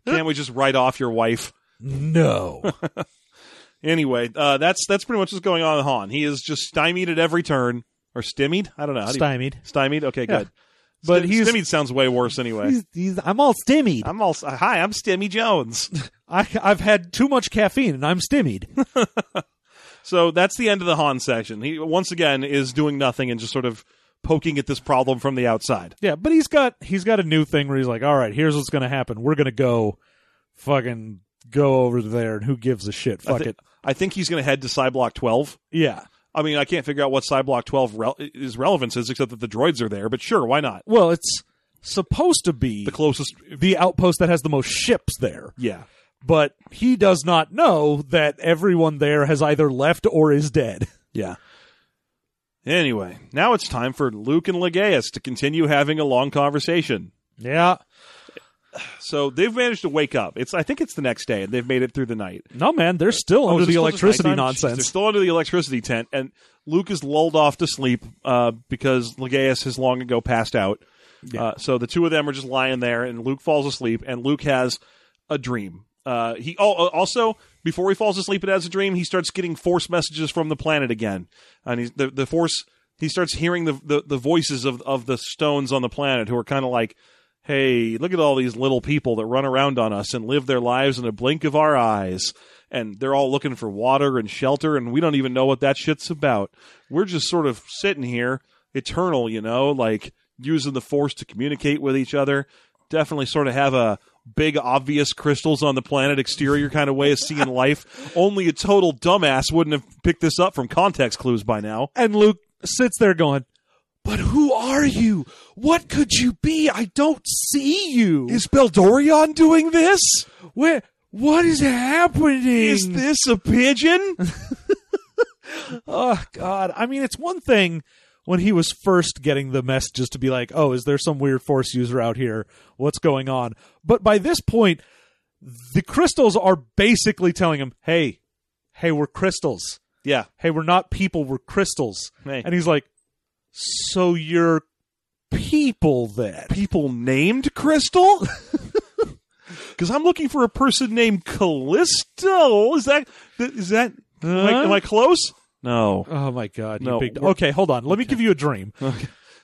Can't we just write off your wife? No. Anyway, uh, that's that's pretty much what's going on with Han. He is just stymied at every turn, or stymied. I don't know. How do you- Stymied. stymied. Okay, Yeah. good. But Sti- he's- stymied sounds way worse anyway. He's, he's, I'm all stimmied. I'm all hi. I'm Stimmy Jones. I, I've had too much caffeine and I'm stimmied. So that's the end of the Han section. He once again is doing nothing and just sort of poking at this problem from the outside. yeah, but he's got he's got a new thing where he's like, all right, here's what's going to happen. We're going to go fucking go over there and who gives a shit? Fuck I thi- it. I think he's going to head to Cyblock 12. Yeah. I mean, I can't figure out what Cyblock 12 rel- is relevance is, except that the droids are there. But sure, why not? Well, it's supposed to be The the, closest, outpost that has the most ships there, yeah, but he does not know that everyone there has either left or is dead. yeah. Anyway, now it's time for Luke and Legaeus to continue having a long conversation. Yeah. So they've managed to wake up. It's I think it's the next day, and they've made it through the night. No, man, they're still Oh, under is the it still just electricity nighttime? Jeez, they're nonsense. still under the electricity tent, and Luke is lulled off to sleep uh, because Legaeus has long ago passed out. Uh, so the two of them are just lying there, and Luke falls asleep, and Luke has a dream. Uh, he oh, uh, also before he falls asleep, it has a dream. He starts getting force messages from the planet again, and he's the the force. He starts hearing the the, the voices of of the stones on the planet who are kind of like. Hey, look at all these little people that run around on us and live their lives in a blink of our eyes and they're all looking for water and shelter, and we don't even know what that shit's about. We're just sort of sitting here, eternal, you know, like using the force to communicate with each other. Definitely sort of have a big, obvious crystals on the planet exterior kind of way of seeing life. Only a total dumbass wouldn't have picked this up from context clues by now. And Luke sits there going, But who are you? What could you be? I don't see you. Is Beldorion doing this? where what is happening? Is this a pigeon? oh God. I mean, it's one thing when he was first getting the messages to be like, Oh, is there some weird force user out here? What's going on? But by this point, the crystals are basically telling him, Hey, hey, we're crystals. yeah. hey, we're not people, we're crystals. Hey. And he's like, so you're people then? people named Crystal? Because I'm looking for a person named Callisto. Is that th- is that? Am, I, am I close? No. Oh my god! you No, big- we're- okay, hold on. Let me give you a dream.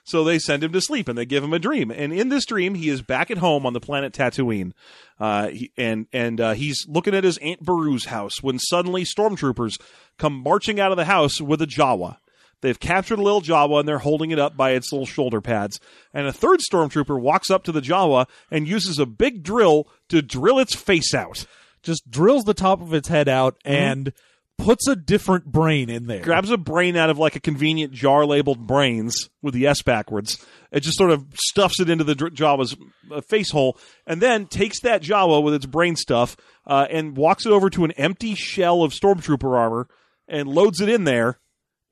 So they send him to sleep and they give him a dream. And in this dream, he is back at home on the planet Tatooine. Uh, he, and and uh, he's looking at his Aunt Beru's house when suddenly stormtroopers come marching out of the house with a Jawa. They've captured a little Jawa and they're holding it up by its little shoulder pads. And a third stormtrooper walks up to the Jawa and uses a big drill to drill its face out. Just drills the top of its head out Mm-hmm. and puts a different brain in there. grabs a brain out of like a convenient jar labeled brains with the S backwards. It just sort of stuffs it into the dr- Jawa's uh, face hole and then takes that Jawa with its brain stuff uh, and walks it over to an empty shell of stormtrooper armor and loads it in there.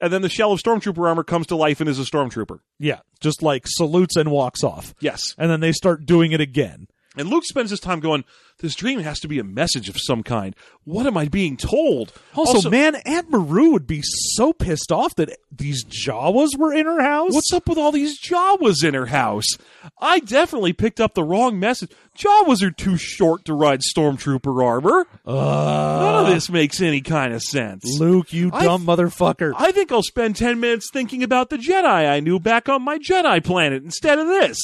And then the shell of stormtrooper armor comes to life and is a stormtrooper. yeah, just like salutes and walks off. Yes. And then they start doing it again. And Luke spends his time going, This dream has to be a message of some kind. What am I being told? Also, man, Aunt Maru would be so pissed off that these Jawas were in her house. What's up with all these Jawas in her house? I definitely picked up the wrong message. Jawas are too short to ride stormtrooper armor. Uh. None of this makes any kind of sense. Luke, you I- dumb motherfucker. I think I'll spend 10 minutes thinking about the Jedi I knew back on my Jedi planet instead of this.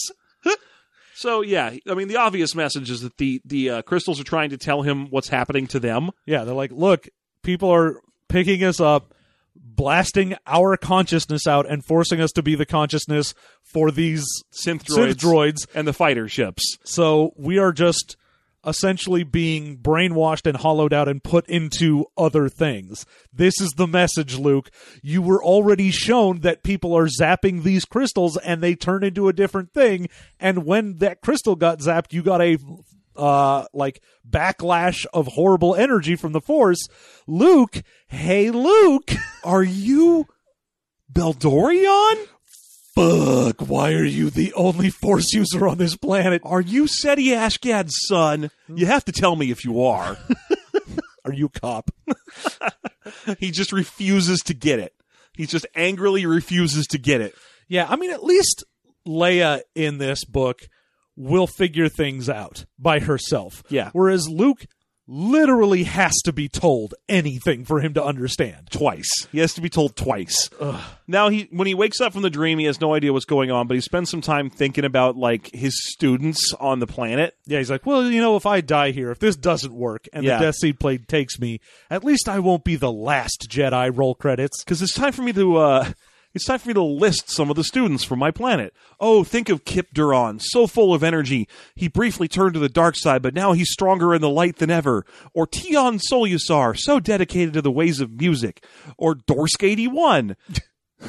so, yeah, I mean, the obvious message is that the, the uh, crystals are trying to tell him what's happening to them. Yeah, they're like, look, people are picking us up, blasting our consciousness out, and forcing us to be the consciousness for these Synth droids, synth droids. and the fighter ships. So we are just essentially being brainwashed and hollowed out and put into other things. This is the message, Luke. You were already shown that people are zapping these crystals and they turn into a different thing. And when that crystal got zapped, you got a uh like backlash of horrible energy from the force luke hey luke Are you Beldorion? fuck why are you the only force user on this planet Are you Seti Ashgad's son? You have to tell me if you are. are you a cop he just refuses to get it. He just angrily refuses to get it. Yeah, I mean, at least Leia in this book will figure things out by herself. Yeah. Whereas Luke literally has to be told anything for him to understand. twice. He has to be told twice. Now he when he wakes up from the dream, he has no idea what's going on, but he spends some time thinking about like his students on the planet. Yeah, he's like, well, you know, if I die here, if this doesn't work and Yeah. the Death Seed Blade takes me, at least I won't be the last Jedi. Roll credits. Because it's time for me to uh it's time for me to list some of the students from my planet. Oh, think of Kip Duran, so full of energy. He briefly turned to the dark side, but now he's stronger in the light than ever. Or Tion Solusar, so dedicated to the ways of music. Or Dorsk 81.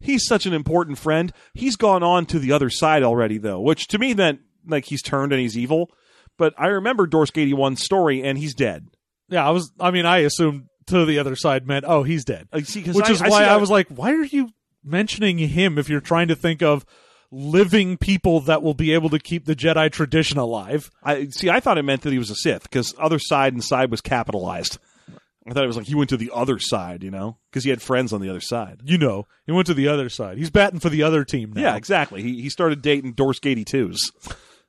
he's such an important friend. He's gone on to the other side already, though, which to me meant like he's turned and he's evil. But I remember Dorsk 81's story, and he's dead. Yeah, I was, I mean, I assumed to the other side meant, oh, he's dead. Like, Uh, see, 'cause Which I- is I see why I, how- was like, why are you mentioning him if you're trying to think of living people that will be able to keep the Jedi tradition alive? I see. I thought it meant that he was a Sith because other side and side was capitalized. I thought it was like he went to the other side, you know, because he had friends on the other side. You know, he went to the other side. He's batting for the other team now. Yeah, exactly. He he started dating Dorsk eighty twos.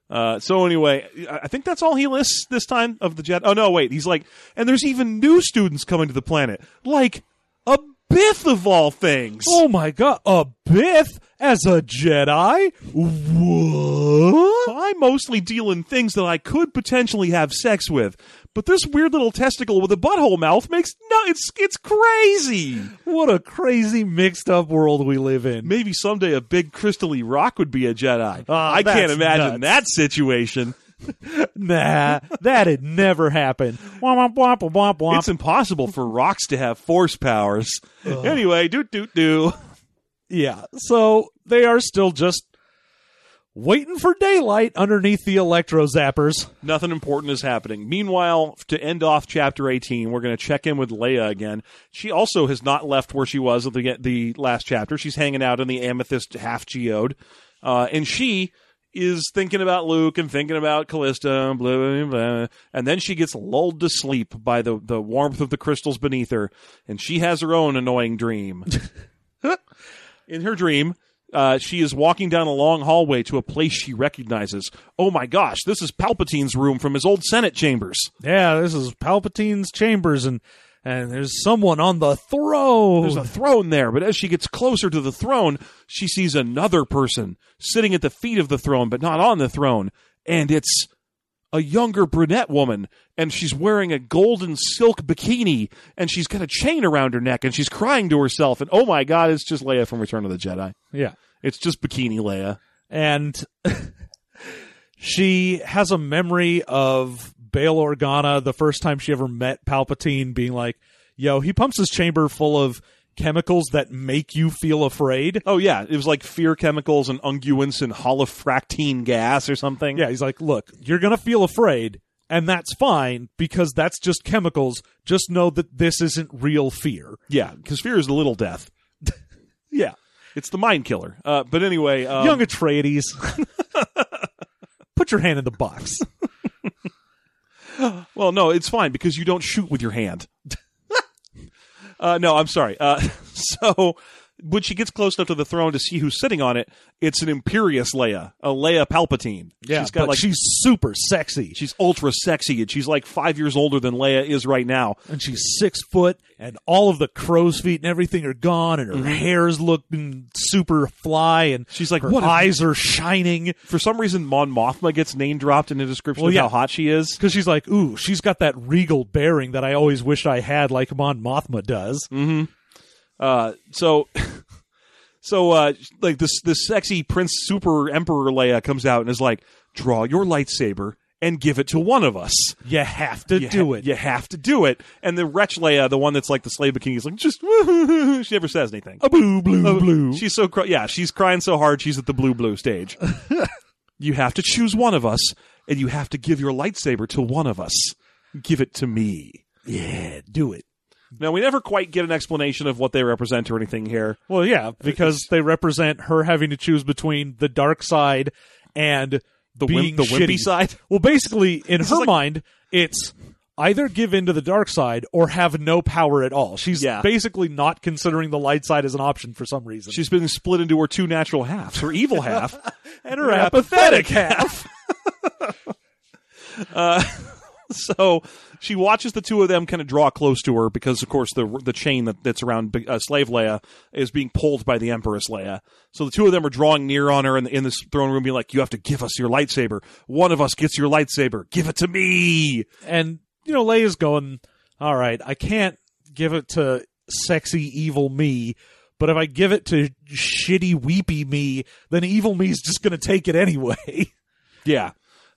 Uh, so anyway, I I think that's all he lists this time of the jet. Oh no, wait. He's like, and there's even new students coming to the planet, like a Biff of all things. Oh my god, a Biff as a Jedi? What? I mostly deal in things that I could potentially have sex with, but this weird little testicle with a butthole mouth makes no. It's it's crazy. What a crazy mixed up world we live in. maybe someday a big crystally rock would be a Jedi. Ah, I can't that's imagine nuts. that situation. Nah, that'd never happen. Womp, womp, womp, womp, womp. It's impossible for rocks to have force powers. Anyway, doot doot doo. Yeah. So they are still just waiting for daylight underneath the electro zappers. Nothing important is happening. Meanwhile, to end off chapter 18, we're going to check in with Leia again. She also has not left where she was at the, the last chapter. She's hanging out in the amethyst half geode. Uh, and she is thinking about Luke and thinking about Callista, and blah, blah, blah, blah. and then she gets lulled to sleep by the, the warmth of the crystals beneath her, and she has her own annoying dream. In her dream, uh, she is walking down a long hallway to a place she recognizes. Oh my gosh, this is Palpatine's room from his old Senate chambers. Yeah, this is Palpatine's chambers and and there's someone on the throne. There's a throne there, but as she gets closer to the throne, she sees another person sitting at the feet of the throne, but not on the throne. And it's a younger brunette woman, and she's wearing a golden silk bikini, and she's got a chain around her neck, and she's crying to herself. And oh my god, it's just Leia from Return of the Jedi. yeah. It's just Bikini Leia. And she has a memory of Bail Organa the first time she ever met Palpatine being like, "Yo, he pumps his chamber full of chemicals that make you feel afraid." Oh yeah, it was like fear chemicals and unguents and holofractine gas or something. Yeah, he's like, look, you're going to feel afraid, and that's fine because that's just chemicals. Just know that this isn't real fear. yeah, because fear is the little death. Yeah. It's the mind killer. Uh, but anyway, um, Young Atreides. Put your hand in the box. well, no, it's fine because you don't shoot with your hand. uh, no, I'm sorry. Uh, so when she gets close enough to the throne to see who's sitting on it, it's an imperious Leia, a Leia Palpatine. she's got but like she's super sexy. she's ultra sexy, and she's like five years older than Leia is right now. and she's six foot, and all of the crow's feet and everything are gone, and her hair's looking super fly, and Mm-hmm. She's like, her what? a- eyes are shining. For some reason, Mon Mothma gets name dropped in the description Well, of yeah. how hot she is. Because she's like, ooh, she's got that regal bearing that I always wished I had, like Mon Mothma does. Mm-hmm. Uh, so, so uh, like this this sexy Prince Super Emperor Leia comes out and is like, "Draw your lightsaber and give it to one of us. You have to You ha- do it. You have to do it. And the wretch Leia, the one that's like the slave bikini, is like just. she never says anything. A blue, blue, blue. She's so cr- yeah, she's crying so hard she's at the blue blue stage. you have to choose one of us, and you have to give your lightsaber to one of us. Give it to me. yeah, do it. Now we never quite get an explanation of what they represent or anything here. Well, yeah, because they represent her having to choose between the dark side and the being Wimp- the wimpy shitty. side? Well, basically, in is her like- mind, it's either give in to the dark side or have no power at all. She's Yeah. basically not considering the light side as an option for some reason. She's been split into her two natural halves, her evil half and her Her apathetic apathetic half. uh, so she watches the two of them kind of draw close to her because, of course, the the chain that, that's around uh, Slave Leia is being pulled by the Empress Leia. So the two of them are drawing near on her in, the, in this throne room, being like, "You have to give us your lightsaber. One of us gets your lightsaber. Give it to me." and you know, Leia's going, "All right, I can't give it to sexy evil me." But if I give it to shitty weepy me, then evil me's just going to take it anyway. Yeah.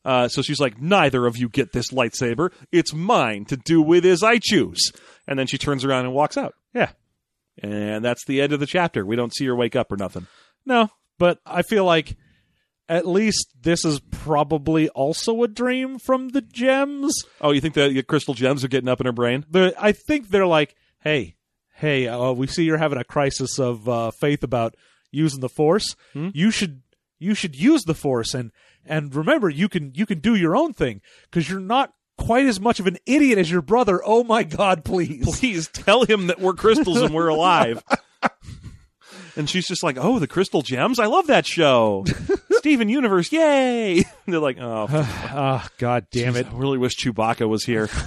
Uh, so she's like, neither of you get this lightsaber. It's mine to do with as I choose. And then she turns around and walks out. yeah. And that's the end of the chapter. We don't see her wake up or nothing. No, but I feel like at least this is probably also a dream from the gems. Oh, you think the, the crystal gems are getting up in her brain? The I think they're like, hey, hey, uh, we see you're having a crisis of uh, faith about using the force. You should you should use the force and and remember you can you can do your own thing because you're not quite as much of an idiot as your brother. Oh my God, please. Please tell him that we're crystals and we're alive. and she's just like, oh, the crystal gems? I love that show. Steven Universe, yay. And they're like, oh, f- Ah, God damn it. I really wish Chewbacca was here.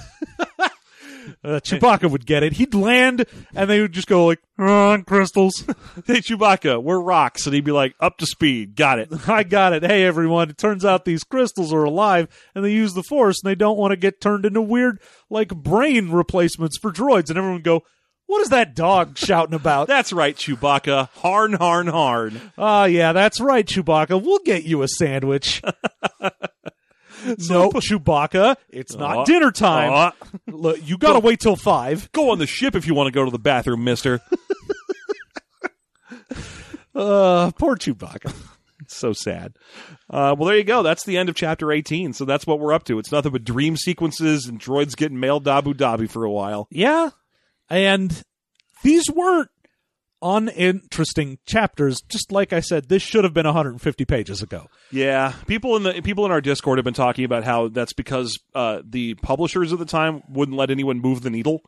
Uh, Chewbacca would get it. He'd land and they would just go like, "Ah, crystals. hey, Chewbacca, we're rocks. And he'd be like, up to speed. Got it. I got it. Hey, everyone. It turns out these crystals are alive and they use the force and they don't want to get turned into weird, like, brain replacements for droids. And everyone go, What is that dog shouting about? That's right, Chewbacca. Harn, harn, harn. Ah, yeah, that's right, Chewbacca. We'll get you a sandwich. no, Chewbacca, it's not Aw. dinner time. Aw. Look, you got to wait till five. Go on the ship if you want to go to the bathroom, mister. Uh, poor Chewbacca. so sad. Uh, well, there you go. That's the end of chapter 18. So that's what we're up to. It's nothing but dream sequences and droids getting mailed to Abu Dhabi for a while. Yeah. And these weren't uninteresting chapters. Just like I said, this should have been 150 pages ago. Yeah, people in the people in our Discord have been talking about how that's because uh, the publishers at the time wouldn't let anyone move the needle.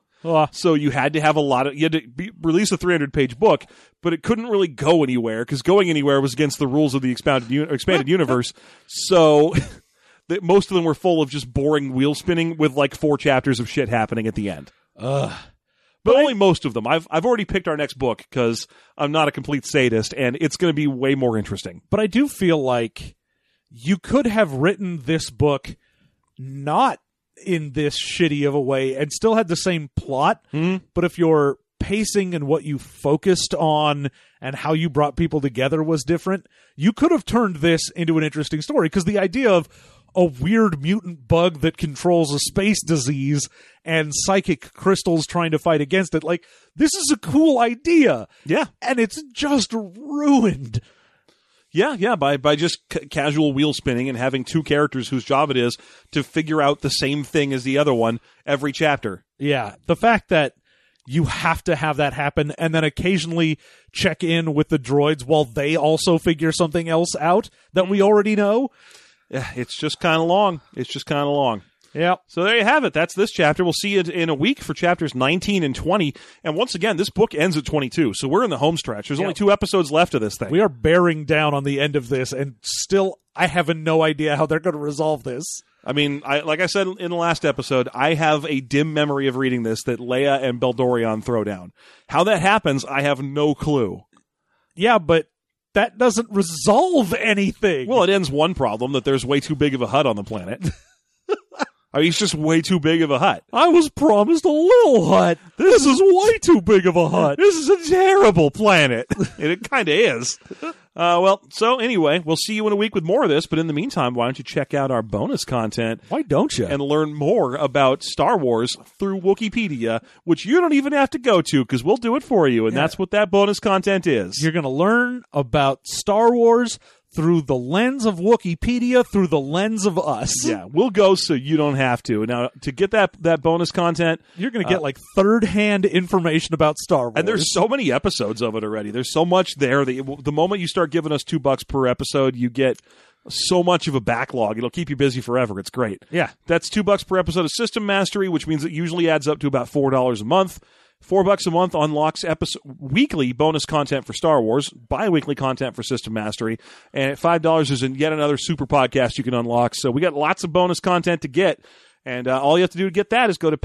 So you had to have a lot of you had to be, release a 300 page book, but it couldn't really go anywhere because going anywhere was against the rules of the expanded uni- expanded universe. So that most of them were full of just boring wheel spinning with like four chapters of shit happening at the end. Ugh. But, only most of them. I've I've already picked our next book because I'm not a complete sadist, and it's going to be way more interesting. But I do feel like you could have written this book not in this shitty of a way and still had the same plot. But if your pacing and what you focused on and how you brought people together was different, you could have turned this into an interesting story because the idea of a weird mutant bug that controls a space disease and psychic crystals trying to fight against it like this is a cool idea Yeah, and it's just ruined Yeah, yeah, by by just c- casual wheel spinning and having two characters whose job it is to figure out the same thing as the other one every chapter. Yeah, the fact that you have to have that happen and then occasionally check in with the droids while they also figure something else out that we already know. Yeah, It's just kind of long. It's just kind of long. Yeah. So there you have it. That's this chapter. We'll see you in a week for chapters 19 and 20. And once again, this book ends at 22. So we're in the home stretch. There's only two episodes left of this thing. We are bearing down on the end of this and still I have no idea how they're going to resolve this. I mean, I, like I said in the last episode, I have a dim memory of reading this that Leia and Beldorion throw down. How that happens, I have no clue. Yeah, but that doesn't resolve anything. Well, it ends one problem that there's way too big of a hut on the planet. I mean, it's just way too big of a hut. I was promised a little hut. This is way too big of a hut. This is a terrible planet. and it kind of is. Uh, well, so anyway, we'll see you in a week with more of this. But in the meantime, why don't you check out our bonus content Why don't you? and learn more about Star Wars through Wikipedia, which you don't even have to go to because we'll do it for you. And that's what that bonus content is. You're going to learn about Star Wars through the lens of Wikipedia, through the lens of us. yeah, we'll go so you don't have to. Now, to get that that bonus content, You're going to get like third hand information about Star Wars. Uh, And there's so many episodes of it already. There's so much there that it, the moment you start giving us two bucks per episode, you get so much of a backlog. It'll keep you busy forever. It's great. Yeah. That's two bucks per episode of System Mastery, which means it usually adds up to about four dollars a month. Four bucks a month unlocks episode weekly bonus content for Star Wars, bi-weekly content for System Mastery, and at five dollars is yet another super podcast you can unlock. So we got lots of bonus content to get, and uh, all you have to do to get that is go to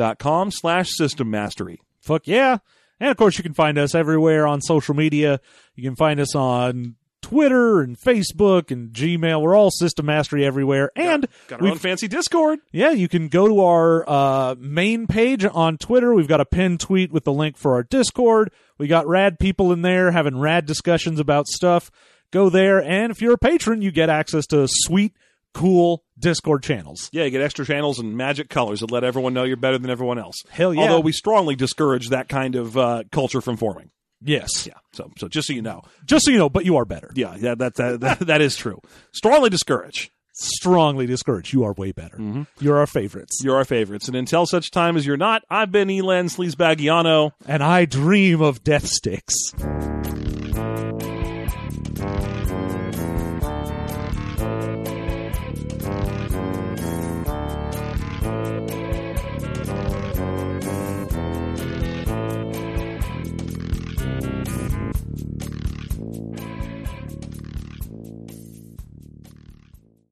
Patreon.com/slash System Mastery. Fuck yeah. And of course, you can find us everywhere on social media. You can find us on Twitter and Facebook and Gmail. We're all System Mastery everywhere. And Got our we've own fancy Discord. Yeah, you can go to our uh, main page on Twitter. We've got a pinned tweet with the link for our Discord. We got rad people in there having rad discussions about stuff. Go there, and if you're a patron, you get access to sweet, cool Discord channels. Yeah, you get extra channels and magic colors that let everyone know you're better than everyone else. Hell yeah. Although we strongly discourage that kind of uh, culture from forming. Yes. Yeah. So, so just so you know, Just so you know, but you are better. yeah, yeah, that that that, that is true. Strongly discourage. Strongly discouraged. You are way better. Mm-hmm. You're our favorites. You're our favorites, and until such time as you're not, I've been Elan Sleazebaggiano. And I dream of death sticks.